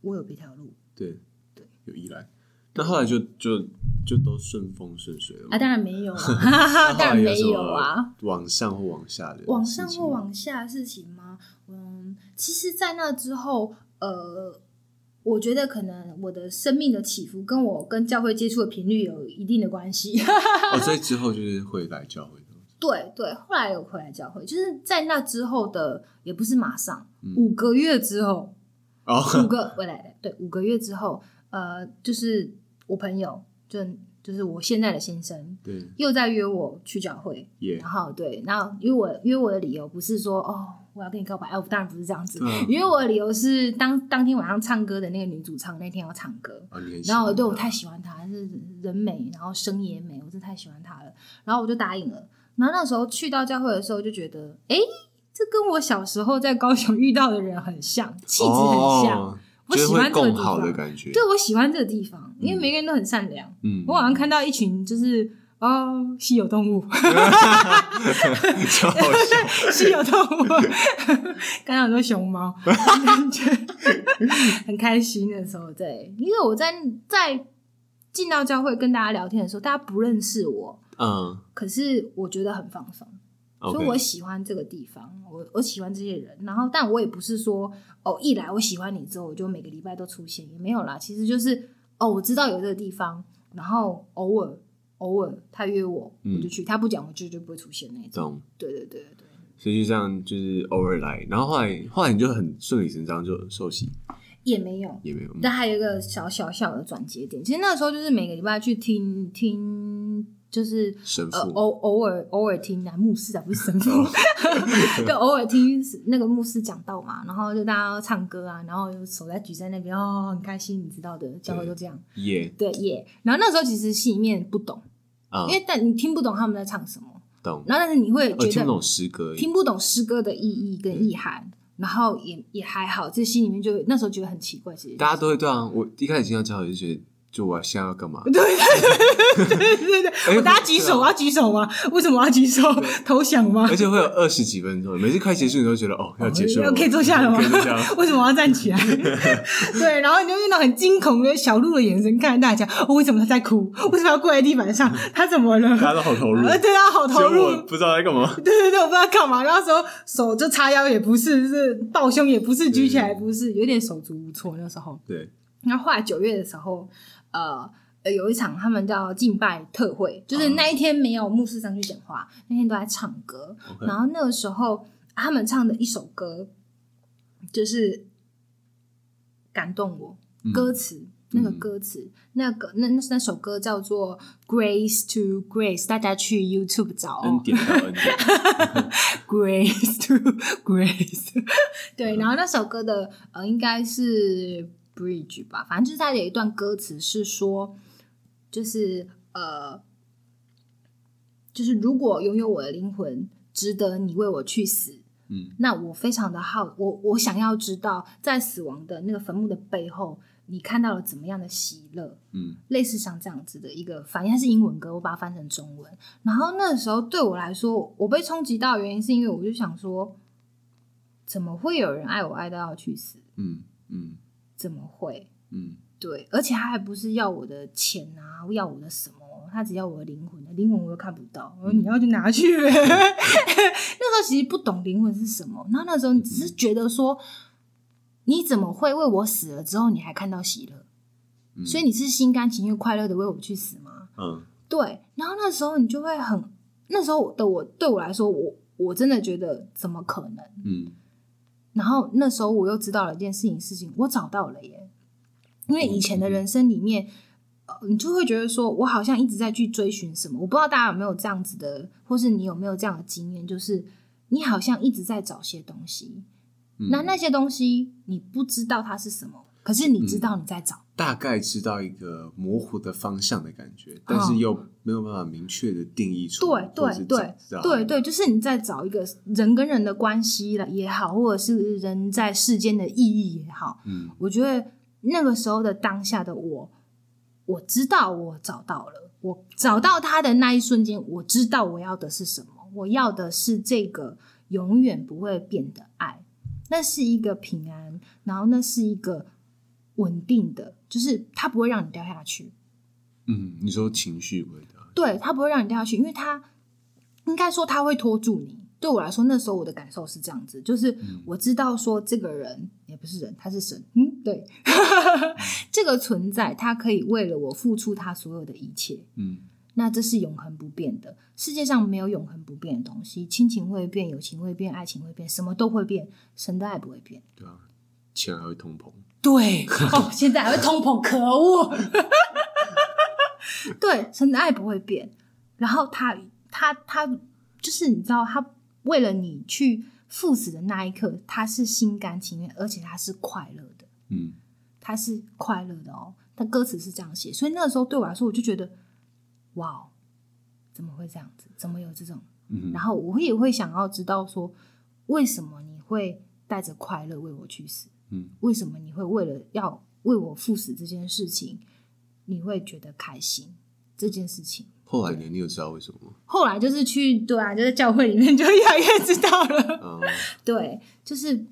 S1: 我有别条路
S2: 对
S1: 对，
S2: 有依赖。但后来就就就都顺风顺水了吗
S1: 啊，当然没有啊，
S2: 那后
S1: 当
S2: 来
S1: 然
S2: 有
S1: 没
S2: 什
S1: 有啊。
S2: 么往上或往下的，
S1: 往上或，往下的事情吗？嗯，其实，在那之后，呃，我觉得可能我的生命的起伏跟我跟教会接触的频率有一定的关系。
S2: 哦，所以之后就是会来教会的，
S1: 对对，后来有回来教会，就是在那之后的，也不是马上，
S2: 嗯
S1: 五个月之后，五
S2: 哦，
S1: 个未来的对五个月之后，呃，就是我朋友，就就是我现在的先生，
S2: 对，
S1: 又在约我去教会，
S2: 也
S1: 然后对，然后约我约我的理由不是说哦我要跟你告白，哎，我当然不是这样子
S2: 对啊，
S1: 约我的理由是当当天晚上唱歌的那个女主唱那天要唱歌，
S2: 啊，你很喜
S1: 然
S2: 欢
S1: 后对我
S2: 他
S1: 太喜欢她，是人美，然后声也美，我真的太喜欢她了，然后我就答应了。然后那时候去到教会的时候，就觉得哎，这跟我小时候在高雄遇到的人很像，气质很像，
S2: 哦
S1: 我
S2: 就是
S1: 喜欢
S2: 会
S1: 这个
S2: 共
S1: 地
S2: 好的
S1: 方。
S2: 感觉，
S1: 对，我喜欢这个地方，因为每个人都很善良。
S2: 嗯，
S1: 我好像看到一群就是哦稀有动物，
S2: 超好 笑，
S1: 稀有动物，看到很多熊猫， 感觉很开心的时候，对，因为我在在进到教会跟大家聊天的时候，大家不认识我，
S2: 嗯
S1: 可是我觉得很放松。所以我
S2: ，OK，
S1: 喜欢这个地方，我我喜欢这些人，然后但我也不是说哦，一来我喜欢你之后，我就每个礼拜都出现，也没有啦。其实就是哦，我知道有这个地方，然后偶尔偶尔他约我，
S2: 嗯
S1: 我就去，他不讲我就就不会出现那种。
S2: 懂。
S1: 对对对对对，
S2: 所以就这样，就是偶尔来，然后后来后来你就很顺理成章就受洗，
S1: 也没有。
S2: 也没有，
S1: 但还有一个小小小的转节点，其实那个时候就是每个礼拜去听听，就是
S2: 神
S1: 呃，
S2: 父
S1: 偶偶尔偶尔听啊，牧师啊，不是神父， 就偶尔听那个牧师讲道嘛，然后就大家唱歌啊，然后有手在举在那边，哦，很开心，你知道的，教会都这样，
S2: 嗯也
S1: 对耶。然后那时候其实心里面不懂，
S2: 啊
S1: 因，为但你听不懂他们在唱什么，
S2: 懂，
S1: 然后但是你会
S2: 哦，
S1: 觉
S2: 听
S1: 得
S2: 不懂诗歌，
S1: 听不懂诗歌的意义跟意涵，然后也也还好，这心里面就那时候觉得很奇怪，其实
S2: 大家都会对啊，我一开始听到教会就觉得，就我现在要干 嘛？
S1: 对对
S2: 哎
S1: 对，我大家举手，我要举手吗？为什么我要举手？投降吗
S2: 而？且会有二十几分钟，每次快结束你都觉得哦要结束了，
S1: 可以坐下了吗
S2: 可以坐 下了？
S1: 为什么我要站起 来？对，然后你就用那种很惊恐的小鹿的眼神看着大家，哦，为什么他在哭？为什么要跪在地板上？他怎么了？
S2: 大家都嗯好投入，
S1: 呃，对他好
S2: 只
S1: 投
S2: 有我
S1: 入。
S2: 不知道在干嘛。
S1: 对对对，我不知道干嘛，然后那时候手就叉腰也不是，是抱胸也不是，举
S2: 嗯
S1: 起来也不是，有点手足无措那时候。
S2: 对，
S1: 然后后来九月的时候，呃，呃有一场他们叫敬拜特会，
S2: 啊
S1: 就是那一天没有牧师上去讲话，那天都在唱歌。
S2: OK
S1: 然后那个时候啊他们唱的一首歌，就是感动我，
S2: 嗯
S1: 歌词。那个
S2: 嗯
S1: 歌词，那个那那那首歌叫做《Grace to Grace》，大家去 YouTube 找哦
S2: 恩。典到恩典，
S1: Grace to Grace，对，
S2: 嗯
S1: 然后那首歌的呃应该是 Bridge 吧，反正就是它有一段歌词是说，就是呃，就是如果拥有我的灵魂，值得你为我去死。
S2: 嗯，
S1: 那我非常的好，我我想要知道，在死亡的那个坟墓的背后，你看到了怎么样的喜乐？
S2: 嗯
S1: 类似像这样子的一个反应，它是英文歌，我把它翻成中文。然后那时候对我来说，我被冲击到的原因是因为我就想说，怎么会有人爱我爱到要去死？
S2: 嗯嗯
S1: 怎么会？
S2: 嗯
S1: 对，而且他还不是要我的钱啊，要我的什么？他只要我的灵魂，灵魂我又看不到，我说你要就拿去。 那时候其实不懂灵魂是什么，然后那时候你只是觉得说，你怎么会为我死了之后你还看到喜乐？
S2: 嗯，
S1: 所以你是心甘情愿、快乐的为我去死吗？
S2: 嗯
S1: 对，然后那时候你就会很，那时候的我对我来说，我我真的觉得怎么可能？
S2: 嗯
S1: 然后那时候我又知道了一件事情，事情我找到了耶，因为以前的人生里面。呃你就会觉得说，我好像一直在去追寻什么，我不知道大家有没有这样子的，或是你有没有这样的经验，就是你好像一直在找些东西，
S2: 嗯，
S1: 那那些东西你不知道它是什么，可是你知道你在找，
S2: 大概知道一个模糊的方向的感觉，但是又没有办法明确的定义出来，
S1: 对
S2: 或者是
S1: 对
S2: 知道
S1: 对对，就是你在找一个人跟人的关系了也好，或者是人在世间的意义也好，
S2: 嗯
S1: 我觉得那个时候的当下的我，我知道我找到了，我找到他的那一瞬间，我知道我要的是什么，我要的是这个永远不会变的爱，那是一个平安，然后那是一个稳定的，就是它不会让你掉下去，
S2: 嗯，你说情绪味道，
S1: 对，它不会让你掉下去，因为它应该说它会拖住你。对我来说，那时候我的感受是这样子，就是我知道说这个人也不是人，他是神，嗯，对， 这个存在他可以为了我付出他所有的一切，
S2: 嗯
S1: 那这是永恒不变的。世界上没有永恒不变的东西，亲情会变，友情会变，爱情会变，什么都会变，神的爱不会变。
S2: 对啊，钱还会通膨，
S1: 对，哦，现在还会通膨，可恶。对，神的爱不会变。然后他他他就是你知道，他为了你去赴死的那一刻，他是心甘情愿，而且他是快乐的，
S2: 嗯
S1: 他是快乐的哦。他歌词是这样写，所以那个时候对我来说，我就觉得，哇，怎么会这样子？怎么有这种？
S2: 嗯
S1: 然后我会也会想要知道说，为什么你会带着快乐为我去死？
S2: 嗯，
S1: 为什么你会为了要为我赴死这件事情，你会觉得开心这件事情？
S2: 后来呢，你有知道为什么吗？
S1: 后来就是去对啊，就在教会里面就越来越知道了。
S2: 啊，
S1: 对，就是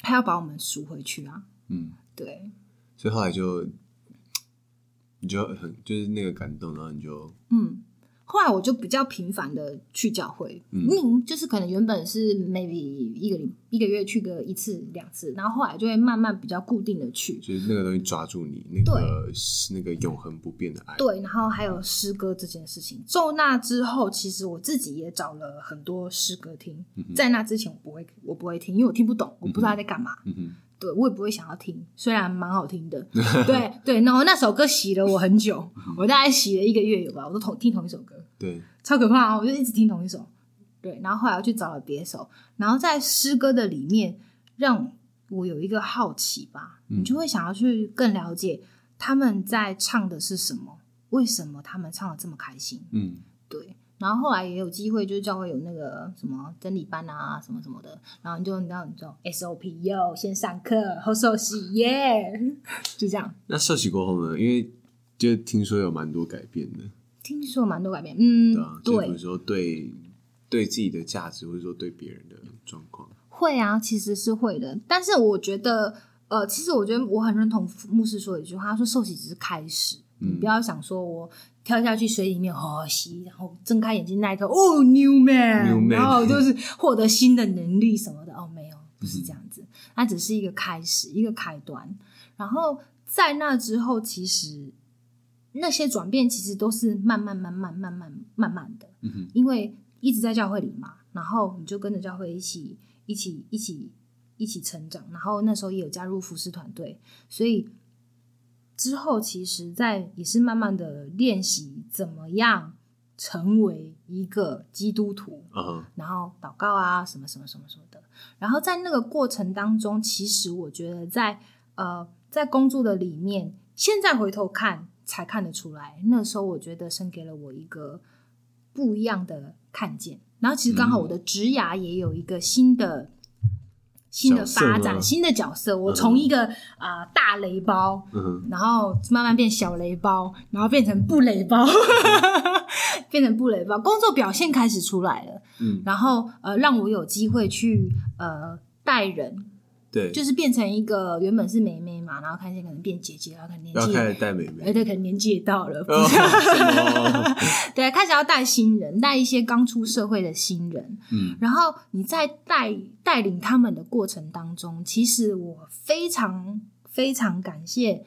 S1: 他要把我们赎回去啊。
S2: 嗯，
S1: 对，
S2: 所以后来就你就很就是那个感动，然后你就
S1: 嗯。后来我就比较频繁的去教会，
S2: 嗯
S1: 嗯，就是可能原本是 maybe 一个礼一个月去个一次两次，然后后来就会慢慢比较固定的去，
S2: 就是那个东西抓住你，那个那个永恒不变的爱，
S1: 对，然后还有诗歌这件事情。就那之后，其实我自己也找了很多诗歌听。在那之前，我不会，我不会听，因为我听不懂，我不知道他在干嘛。
S2: 嗯嗯哼，
S1: 对我也不会想要听，虽然蛮好听 的。对对，然后那首歌洗了我很久，我大概洗了一个月有吧，我都同听同一首歌，
S2: 对，
S1: 超可怕、哦！我就一直听同一首。对，然后后来我去找了别首，然后在诗歌的里面，让我有一个好奇吧，
S2: 嗯
S1: 你就会想要去更了解他们在唱的是什么，为什么他们唱的这么开心？
S2: 嗯
S1: 对，然后后来也有机会，就是教会有那个什么真理班啊，什么什么的，然后你就你知道你就 SOP 哟，先上课后受洗耶 就这样。
S2: 那受洗过后呢，因为就听说有蛮多改变的，
S1: 听说蛮多改变，嗯
S2: 对啊，，就比如
S1: 对，
S2: 说对对自己的价值，或者说对别人的状况，
S1: 会啊，其实是会的，但是我觉得。呃，其实我觉得我很认同牧师说的一句话，他说受洗只是开始，你
S2: 嗯
S1: 不要想说我跳下去水里面哦洗，然后睁开眼睛那一刻哦 new man，,
S2: New man
S1: 然后就是获得新的能力什么的哦，没有，不
S2: 嗯
S1: 是这样子，它只是一个开始，一个开端。然后在那之后，其实那些转变其实都是慢慢、慢慢、慢慢、慢慢的，
S2: 嗯哼，
S1: 因为一直在教会里嘛，然后你就跟着教会一起、一起、一起、一起成长，然后那时候也有加入服饰团队，所以之后其实，在也是慢慢的练习怎么样成为一个基督徒，
S2: 嗯哼，
S1: 然后祷告啊，什么什么什么什么的。然后在那个过程当中，其实我觉得在呃在工作的里面，现在回头看才看得出来，那时候我觉得神给了我一个不一样的看见。然后其实刚好我的职涯也有一个新的。新的发
S2: 角色
S1: 展，
S2: 吗
S1: 新的角色。我从一个啊、呃大雷包，
S2: 嗯哼，
S1: 然后慢慢变小雷包，然后变成不雷包， 变成不雷包，工作表现开始出来了。
S2: 嗯
S1: 然后呃，让我有机会去呃带人，
S2: 对，
S1: 就是变成一个原本是妹妹嘛，然后看见可能变姐姐，然后可能年
S2: 要
S1: 纪
S2: 开
S1: 也，
S2: 始带妹
S1: 而
S2: 妹。
S1: 且可能年纪也到了，
S2: 哦，什么
S1: 对，开始要带新人，带一些刚出社会的新人。
S2: 嗯
S1: 然后你在带带领他们的过程当中，其实我非常非常感谢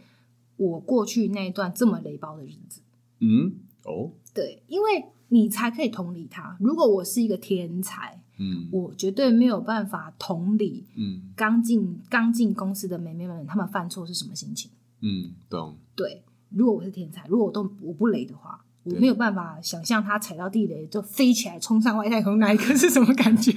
S1: 我过去那一段这么雷包的日子。
S2: 嗯，哦，
S1: 对，因为你才可以同理他。如果我是一个天才，
S2: 嗯
S1: 我绝对没有办法同理
S2: 嗯
S1: 刚进刚进公司的妹妹们，她们犯错是什么心情。
S2: 嗯，懂，
S1: 对，如果我是天才，如果我都我不雷的话，我
S2: 对
S1: 没有办法想象他踩到地雷就飞起来冲上外太空那一刻是什么感 觉。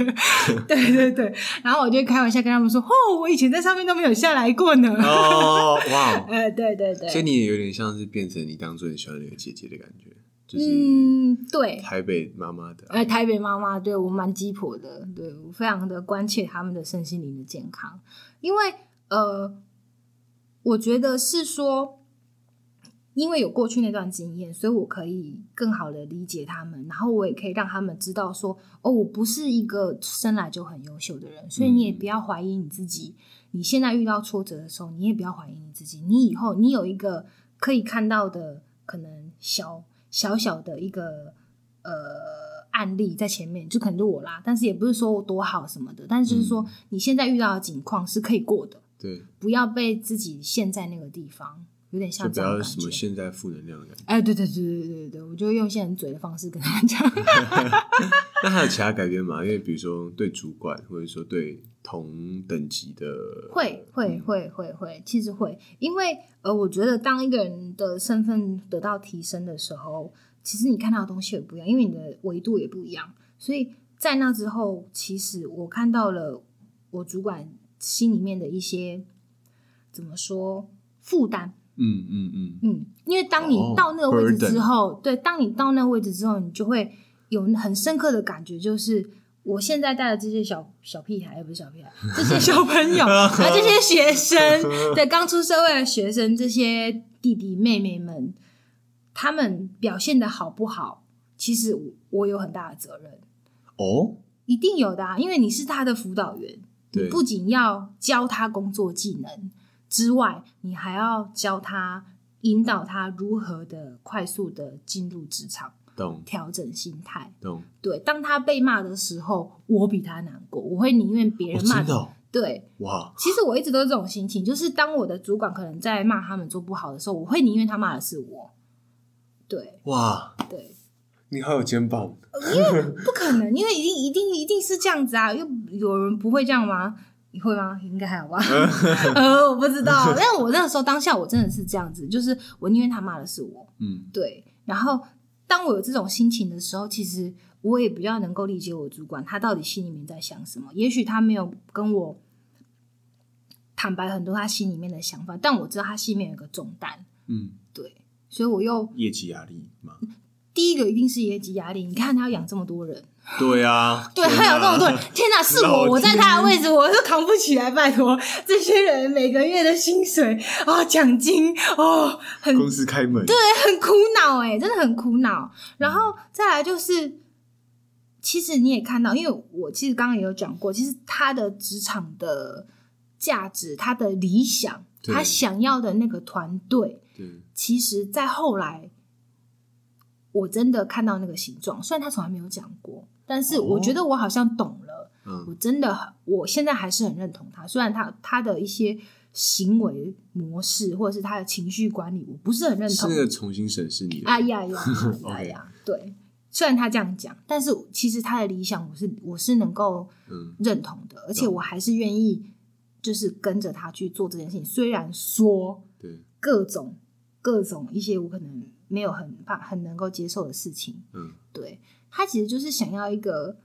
S1: 对对对，然后我就开玩笑跟他们说：“哦，我以前在上面都没有下来过呢。
S2: 哦，哇，
S1: 呃，对对 对，
S2: 所以你也有点像是变成你当初很喜欢的那个姐姐的感觉，就是
S1: 嗯，对，
S2: 台北妈妈的
S1: 呃，台北妈妈对我蛮鸡婆的，对我非常的关切他们的身心灵的健康，因为呃，我觉得是说，因为有过去那段经验，所以我可以更好的理解他们，然后我也可以让他们知道说，哦，我不是一个生来就很优秀的人，所以你也
S2: 嗯
S1: 不要怀疑你自己。你现在遇到挫折的时候，你也不要怀疑你自己，你以后你有一个可以看到的可能小小小的一个呃案例在前面，就可能就我啦，但是也不是说我多好什么的，但是就是说
S2: 嗯
S1: 你现在遇到的情况是可以过的，
S2: 对，
S1: 不要被自己陷在那个地方，有点
S2: 就
S1: 像
S2: 不
S1: 这样
S2: 要有
S1: 的
S2: 什么
S1: 感觉。
S2: 现在负能量的感觉。
S1: 哎，对对对对对对对，我就用现在嘴的方式跟他们 讲。
S2: 那还有其他改变吗？因为比如说对主管，或者说对同等级的，
S1: 会会会会会，其实会，因为呃，我觉得当一个人的身份得到提升的时候，其实你看到的东西也不一样，因为你的维度也不一样，所以在那之后，其实我看到了我主管心里面的一些怎么说负担，
S2: 嗯嗯嗯，
S1: 嗯，因为当你
S2: 哦
S1: 到那个位置
S2: burden
S1: 之后，对，当你到那个位置之后，你就会有很深刻的感觉，就是我现在带的这些小小屁孩，也不是小屁孩， 这些小朋 友，啊，这些学生， 对，刚出社会的学生，这些弟弟妹妹们，他们表现的好不好，其实我我有很大的责任，
S2: 哦，
S1: 一定有的、啊，因为你是他的辅导员，你
S2: 对，
S1: 不仅要教他工作技能之外，你还要教他引导他如何的快速的进入职场，
S2: 懂
S1: 调整心态。
S2: 懂，
S1: 对，当他被骂的时候，我比他难过，我会宁愿别
S2: 哦，
S1: 人骂
S2: 真的
S1: 他。
S2: 哦
S1: 对，
S2: 哇，
S1: 其实我一直都是这种心情，就是当我的主管可能在骂他们做不好的时候，我会宁愿他骂的是我。对
S2: 哇，
S1: 对，
S2: 你好有肩膀，
S1: 不可能，因为一定一定一定是这样子啊！又有人不会这样吗？你会吗？应该还好吧。呃，我不知道，但我那个时候当下我真的是这样子，就是我宁愿他骂的是我，
S2: 嗯
S1: 对。然后当我有这种心情的时候，其实我也比较能够理解我主管他到底心里面在想什么。也许他没有跟我坦白很多他心里面的想法，但我知道他心里面有个重担，
S2: 嗯，
S1: 对。所以我又
S2: 业绩压力嘛，
S1: 第一个一定是业绩压力，你看他要养这么多人。
S2: 对啊，
S1: 对，还有那么多人， 天哪，是
S2: 老
S1: 我，我在
S2: 天
S1: 他的位置，我都扛不起来，拜托，这些人每个月的薪水啊、奖金哦，很
S2: 公司开门，对，
S1: 很苦恼哎、真的很苦恼。然后再来就是，其实你也看到，因为我其实刚刚也有讲过，其实他的职场的价值，他的理想，
S2: 对
S1: 他想要的那个团队，其实在后来，我真的看到那个形状，虽然他从来没有讲过，但是
S2: 哦
S1: 我觉得我好像懂了。我
S2: 嗯
S1: 真的很，我现在还是很认同他。虽然他他的一些行为模式或者是他的情绪管理，我不是很认
S2: 是
S1: 同
S2: 那。个重新审视你的。
S1: 哎呀呀哎呀，对。虽然他这样讲，但是其实他的理想我是我是能够
S2: 嗯，
S1: 认同的，而且我还是愿意就是跟着他去做这件事情。虽然说
S2: 对，
S1: 各种各种一些我可能没有很怕很能够接受的事情，
S2: 嗯
S1: 对他其实就是想要一个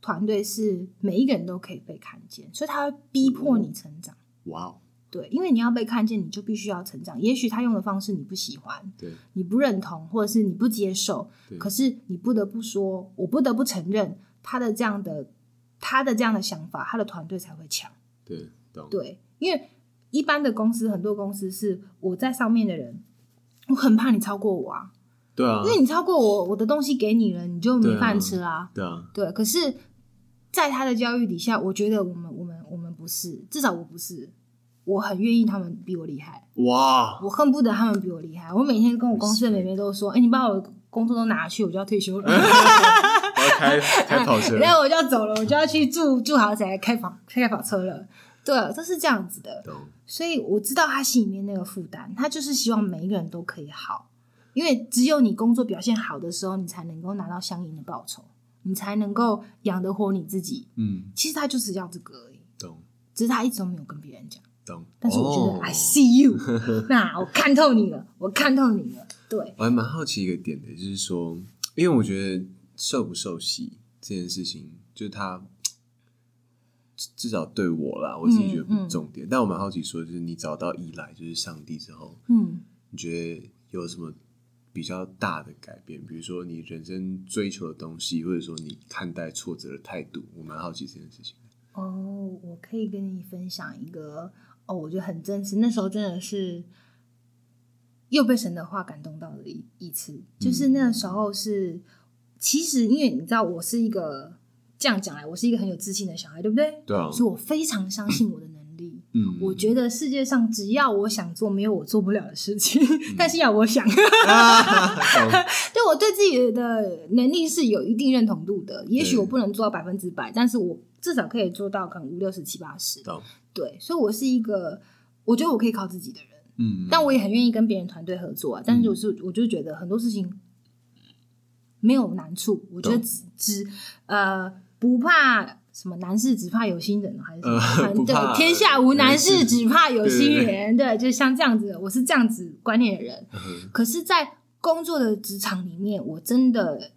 S1: 团队是每一个人都可以被看见，所以他会逼
S2: 嗯
S1: 迫你成长。
S2: 哇哦，
S1: 对，因为你要被看见，你就必须要成长。也许他用的方式你不喜欢，
S2: 对
S1: 你不认同，或者是你不接受，
S2: 对，
S1: 可是你不得不说，我不得不承认他的这样的他的这样的想法，他的团队才会强。
S2: 对懂，
S1: 对，因为一般的公司，很多公司是我在上面的人，我很怕你超过我啊，
S2: 对啊
S1: 因，为你超过我，我的东西给你了，你就没
S2: 对啊
S1: 饭吃啦、
S2: 对啊，
S1: 对，可是，在他的教育底下，我觉得我们我们我们不是，至少我不是，我很愿意他们比我厉害，
S2: 哇，
S1: 我恨不得他们比我厉害。我每天跟我公司的妹妹都说：“哎、你把我的工作都拿去，我就要退休了，
S2: 我要 开开跑车，
S1: 然后我就要走了，我就要去住住豪宅、开房开跑车了。”对，都是这样子的。
S2: 懂，
S1: 所以我知道他心里面那个负担，他就是希望每一个人都可以好，因为只有你工作表现好的时候，你才能够拿到相应的报酬，你才能够养得活你自己。
S2: 嗯，
S1: 其实他就是要这个而已，
S2: 懂
S1: 只是他一直都没有跟别人讲。
S2: 懂，
S1: 但是我觉得、
S2: 哦
S1: I see you，那我看透你了，我看透你了。对，
S2: 我还蛮好奇一个点的，就是说，因为我觉得受不受洗这件事情，就是他至至少对我啦，我自己觉得不
S1: 嗯
S2: 是重点。但我蛮好奇说，就是你找到依赖，就是上帝之后，
S1: 嗯
S2: 你觉得有什么比较大的改变？比如说你人生追求的东西，或者说你看待挫折的态度，我蛮好奇这件事情。
S1: 哦，我可以跟你分享一个哦，我觉得很真实，那时候真的是又被神的话感动到的一一次，就是
S2: 嗯
S1: 那个时候是，其实因为你知道我是一个这样讲来，我是一个很有自信的小孩，对不对？
S2: 对啊
S1: 所以我非常相信我的能力。
S2: 嗯
S1: 我觉得世界上只要我想做，没有我做不了的事情。 但是要我想，
S2: 得啊，
S1: 对我对自己的能力是有一定认同度的。也许
S2: 对
S1: 我不能做到百分之百，但是我至少可以做到可能五六十七八十。
S2: 懂，懂
S1: 对，所以我是一个，我觉得我可以靠自己的人，
S2: 嗯，
S1: 但我也很愿意跟别人团队合作啊。但是我是、我就觉得很多事情没有难处，我觉得
S2: 懂
S1: 只只呃不怕。什么难事只怕有心人哦还是什么
S2: 呃
S1: 反正？
S2: 不怕
S1: 对，天下无难
S2: 难
S1: 事，
S2: 事
S1: 只怕有心
S2: 对对对
S1: 人。对，就像这样子，我是这样子观念的人。
S2: 嗯
S1: 可是，在工作的职场里面，我真的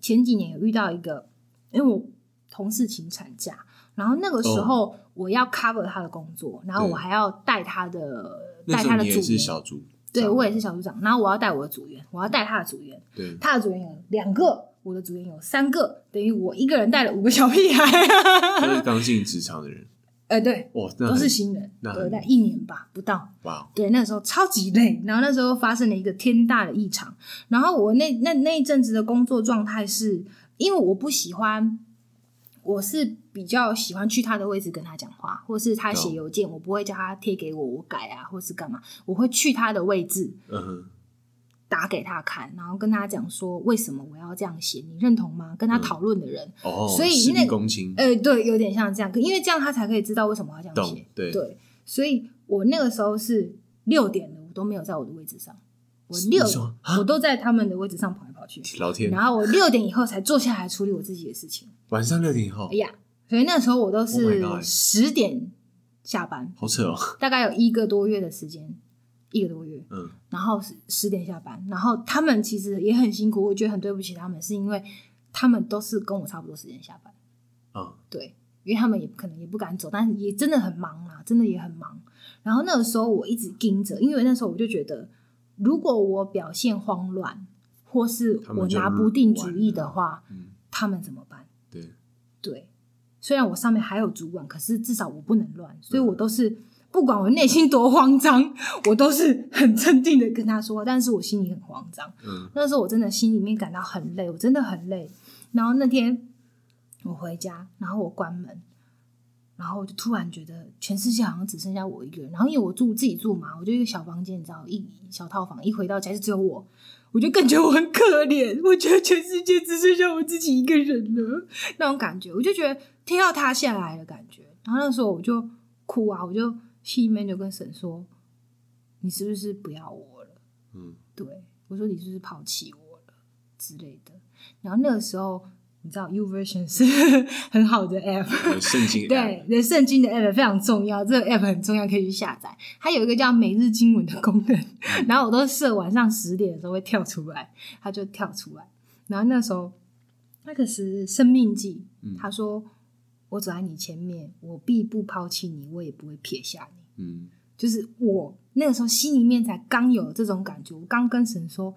S1: 前几年有遇到一个，因为我同事请产假，然后那个时
S2: 哦
S1: 候我要 cover 他的工作，然后我还要带他的
S2: 那
S1: 带
S2: 时
S1: 他
S2: 候
S1: 的
S2: 你也
S1: 组
S2: 是
S1: 员，
S2: 小组长，
S1: 对我也是小组长，然后我要带我的组员，我要带他的组员，
S2: 对，
S1: 他的组员有两个，我的组员有三个，等于我一个人带了五个小屁孩，
S2: 都是刚进职场的人，
S1: 呃，对，
S2: 哇，那
S1: 都是
S2: 很
S1: 新人，
S2: 那很
S1: 对，带一年吧，不到，
S2: 哇，哦
S1: 对，那时候超级累，然后那时候发生了一个天大的异常，然后我那那那一阵子的工作状态是，因为我不喜欢，我是比较喜欢去他的位置跟他讲话，或是他写
S2: 懂
S1: 邮件，我不会叫他贴给我，我改啊，或是干嘛，我会去他的位置
S2: 嗯哼，
S1: 打给他看，然后跟他讲说为什么我要这样写，你认同吗？跟他
S2: 嗯
S1: 讨论的人，
S2: 哦，
S1: 所以
S2: 事
S1: 那
S2: 必躬亲，
S1: 呃，对，有点像这样，可因为这样他才可以知道为什么我要这样
S2: 懂
S1: 写，
S2: 对
S1: 对，所以我那个时候是六点了，我都没有在我的位置上，我六
S2: 你说啊
S1: 我都在他们的位置上跑来跑去，
S2: 老天，
S1: 然后我六点以后才坐下来处理我自己的事情。
S2: 晚上六点以后
S1: 哎，呀，所以那时候我都
S2: 哦 Oh
S1: 是
S2: my God
S1: 十点下班，
S2: 好扯哦，
S1: 大概有一个多月的时间，一个多月，
S2: 嗯，
S1: 然后十十点下班，然后他们其实也很辛苦，我觉得很对不起他们，是因为他们都是跟我差不多时间下班。
S2: 啊，
S1: 对，因为他们也可能也不敢走，但也真的很忙啊，真的也很忙。然后那个时候我一直盯着，因为那时候我就觉得，如果我表现慌乱，或是
S2: 他
S1: 我
S2: 们就
S1: 拿不定主意的话，
S2: 嗯，
S1: 他们怎么办？
S2: 对，
S1: 对，虽然我上面还有主管，可是至少我不能乱，所以我都是。不管我内心多慌张， 我都是很镇定的跟他说，但是我心里很慌张。
S2: 嗯，
S1: 那时候我真的心里面感到很累，我真的很累。然后那天我回家，然后我关门，然后我就突然觉得全世界好像只剩下我一个人。然后因为我住自己住嘛，我就一个小房间，你知道，一小套房，一回到家就只有我，我就感觉我很可怜，我觉得全世界只剩下我自己一个人了，那种感觉，我就觉得天要塌下来的感觉。然后那时候我就哭啊，我就戏里面就跟神说：“你是不是不要我了？”
S2: 嗯，
S1: 对我说：“你是不是抛弃我了？”之类的。然后那个时候，你知道 U Version 是 很好的 app，
S2: 有圣经 app，
S1: 对，人圣经的 app 非常重要，这个 app 很重要，可以去下载。它有一个叫每日经文的功能，然后我都设晚上十点的时候会跳出来，它就跳出来。然后那时候那个是《生命记》，他说：“我走在你前面，我必不抛弃你，我也不会撇下你。”
S2: 嗯，
S1: 就是我那个时候心里面才刚有这种感觉，我刚跟神说：“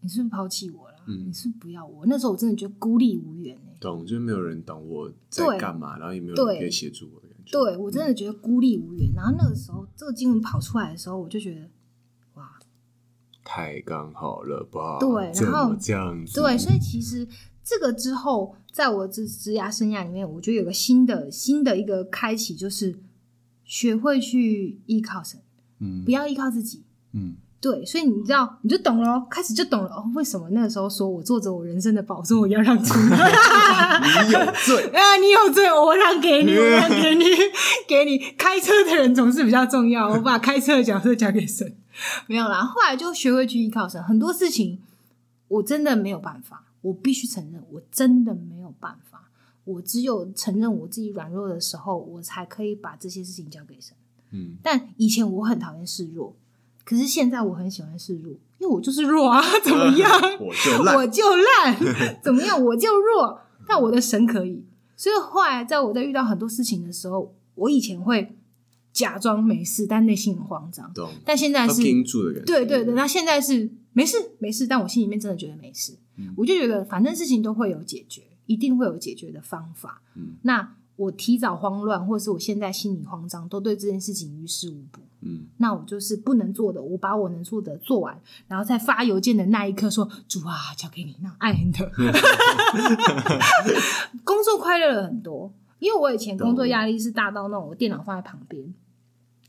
S1: 你是不是抛弃我了？
S2: 嗯
S1: 你是不是不要我？”那时候我真的觉得孤立无援哎、
S2: 懂，就是没有人懂我在
S1: 对
S2: 干嘛，然后也没有
S1: 对
S2: 人可以协助我的感觉。
S1: 对我真的觉得孤立无援。然后那个时候，这个经文跑出来的时候，我就觉得，哇，
S2: 太刚好了吧？
S1: 对
S2: 怎
S1: 然后
S2: 么这样子？
S1: 对，所以其实这个之后，在我这职涯生涯里面，我觉得有个新的新的一个开启，就是学会去依靠神，
S2: 嗯
S1: 不要依靠自己。
S2: 嗯，
S1: 对，所以你知道，你就懂了哦，开始就懂了哦。为什么那个时候说我坐着我人生的宝座，我要让 出？
S2: 你有 罪。
S1: 啊，你有罪，我让给你，我让给你， 给你。开车的人总是比较重要，我把开车的角色交给神。 没有啦，后来就学会去依靠神，很多事情我真的没有办法，我必须承认，我真的没有办法。我只有承认我自己软弱的时候，我才可以把这些事情交给神。
S2: 嗯，
S1: 但以前我很讨厌示弱，可是现在我很喜欢示弱，因为我就是弱啊，怎么样？
S2: 我就烂。
S1: 我就 烂，怎么样，我就弱，但我的神可以。所以后来，在我在遇到很多事情的时候，我以前会假装没事，但内心很慌张。
S2: 懂，
S1: 但现在
S2: 要
S1: 是，
S2: 盯住的感觉。
S1: 对对对，那现在是没事没事，但我心里面真的觉得没事，
S2: 嗯
S1: 我就觉得反正事情都会有解决，一定会有解决的方法。
S2: 嗯
S1: 那我提早慌乱，或是我现在心里慌张，都对这件事情于事无补。
S2: 嗯，
S1: 那我就是不能做的，我把我能做的做完，然后在发邮件的那一刻说：“主啊，交给你，那爱你的。” 工作快乐了很多，因为我以前工作压力是大到那种，我电脑放在旁边，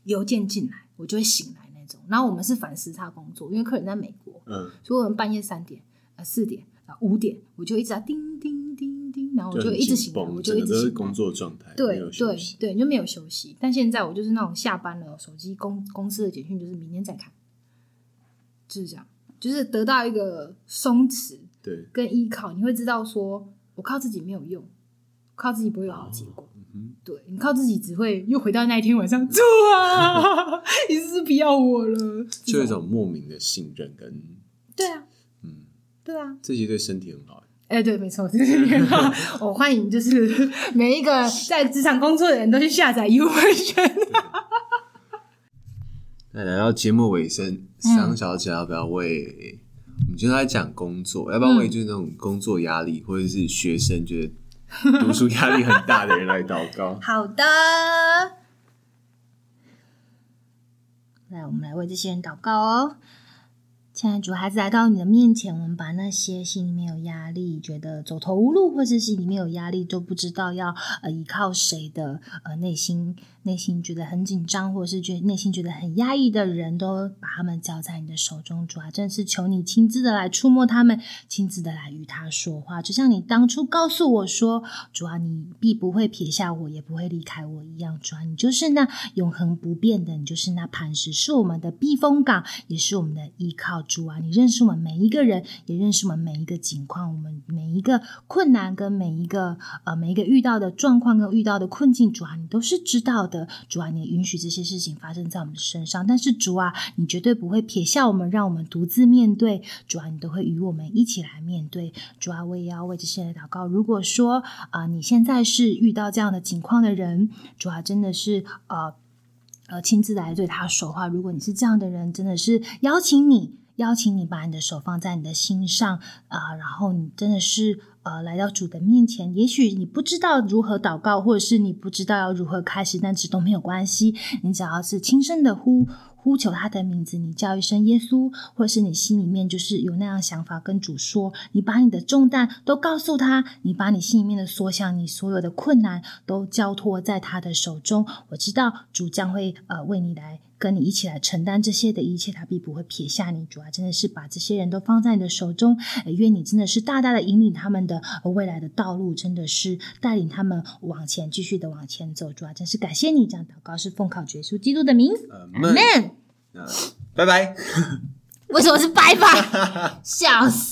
S1: 邮件进来我就会醒来那种。然后我们是反时差工作，因为客人在美国，
S2: 嗯，
S1: 所以我们半夜三点、呃四点、啊五点，我就一直在叮叮叮叮，然后我
S2: 就
S1: 就
S2: 很
S1: 一直
S2: 紧
S1: 醒来，
S2: 绷
S1: 我就
S2: 整
S1: 一
S2: 个
S1: 直
S2: 都是
S1: 醒来
S2: 工。作状态，没
S1: 对
S2: 有休
S1: 对
S2: 息
S1: 对，你就没有休息。但现在我就是那种下班了，手机公公司的简讯就是明天再看，就是这样，就是得到一个松弛
S2: 对，
S1: 跟依靠，你会知道说，我靠自己没有用，靠自己不会有好结果。
S2: 哦嗯哼
S1: 对你靠自己只会又回到那一天晚上，主 啊，你是不是不要我了？
S2: 就有一种莫名的信任跟
S1: 对啊，
S2: 嗯，
S1: 对啊，
S2: 这些对身体很好。
S1: 哎，对，没错，这是 年号。我欢迎，就是 每一个在职场工作的人都去下载 U 文轩。
S2: 那来到节目尾声，桑小姐要不要为、我们就在讲工作，要不要为就是那种工作压力、或者是学生觉得读书压力很大的人来祷告？
S1: 好的，来，我们来为这些人祷告哦。亲爱的主，孩子来到你的面前，我们把那些心里面有压力、觉得走投无路，或是心里面有压力都不知道要呃依靠谁的呃内心内心觉得很紧张，或是觉内心觉得很压抑的人，都把他们交在你的手中。主啊，真是求你亲自的来触摸他们，亲自的来与他说话，就像你当初告诉我说，主啊，你必不会撇下我，也不会离开我一样。主啊，你就是那永恒不变的，你就是那磐石，是我们的避风港，也是我们的依靠。主啊，你认识我们每一个人，也认识我们每一个情况，我们每一个困难跟每一个呃每一个遇到的状况跟遇到的困境，主啊，你都是知道的。主啊，你允许这些事情发生在我们身上，但是主啊，你绝对不会撇下我们，让我们独自面对。主啊，你都会与我们一起来面对。主啊，我也要为这些人祷告。如果说啊、呃你现在是遇到这样的情况的人，主啊，真的是呃呃亲自来对他说话。如果你是这样的人，真的是邀请你，邀请你把你的手放在你的心上啊、然后你真的是。呃，来到主的面前，也许你不知道如何祷告，或者是你不知道要如何开始，但这都没有关系。你只要是轻声的呼呼求他的名字，你叫一声耶稣，或是你心里面就是有那样想法跟主说，你把你的重担都告诉他，你把你心里面的所想，你所有的困难都交托在他的手中。我知道主将会呃为你来。跟你一起来承担这些的一切，他必不会撇下你。主啊，真的是把这些人都放在你的手中，呃愿你真的是大大的引领他们的呃未来的道路，真的是带领他们往前继续的往前走。主啊，真是感谢你，这样祷告是奉靠主耶稣基督的名
S2: 呃，
S1: ，Amen。
S2: 拜拜。
S1: 为什么是拜拜？笑死！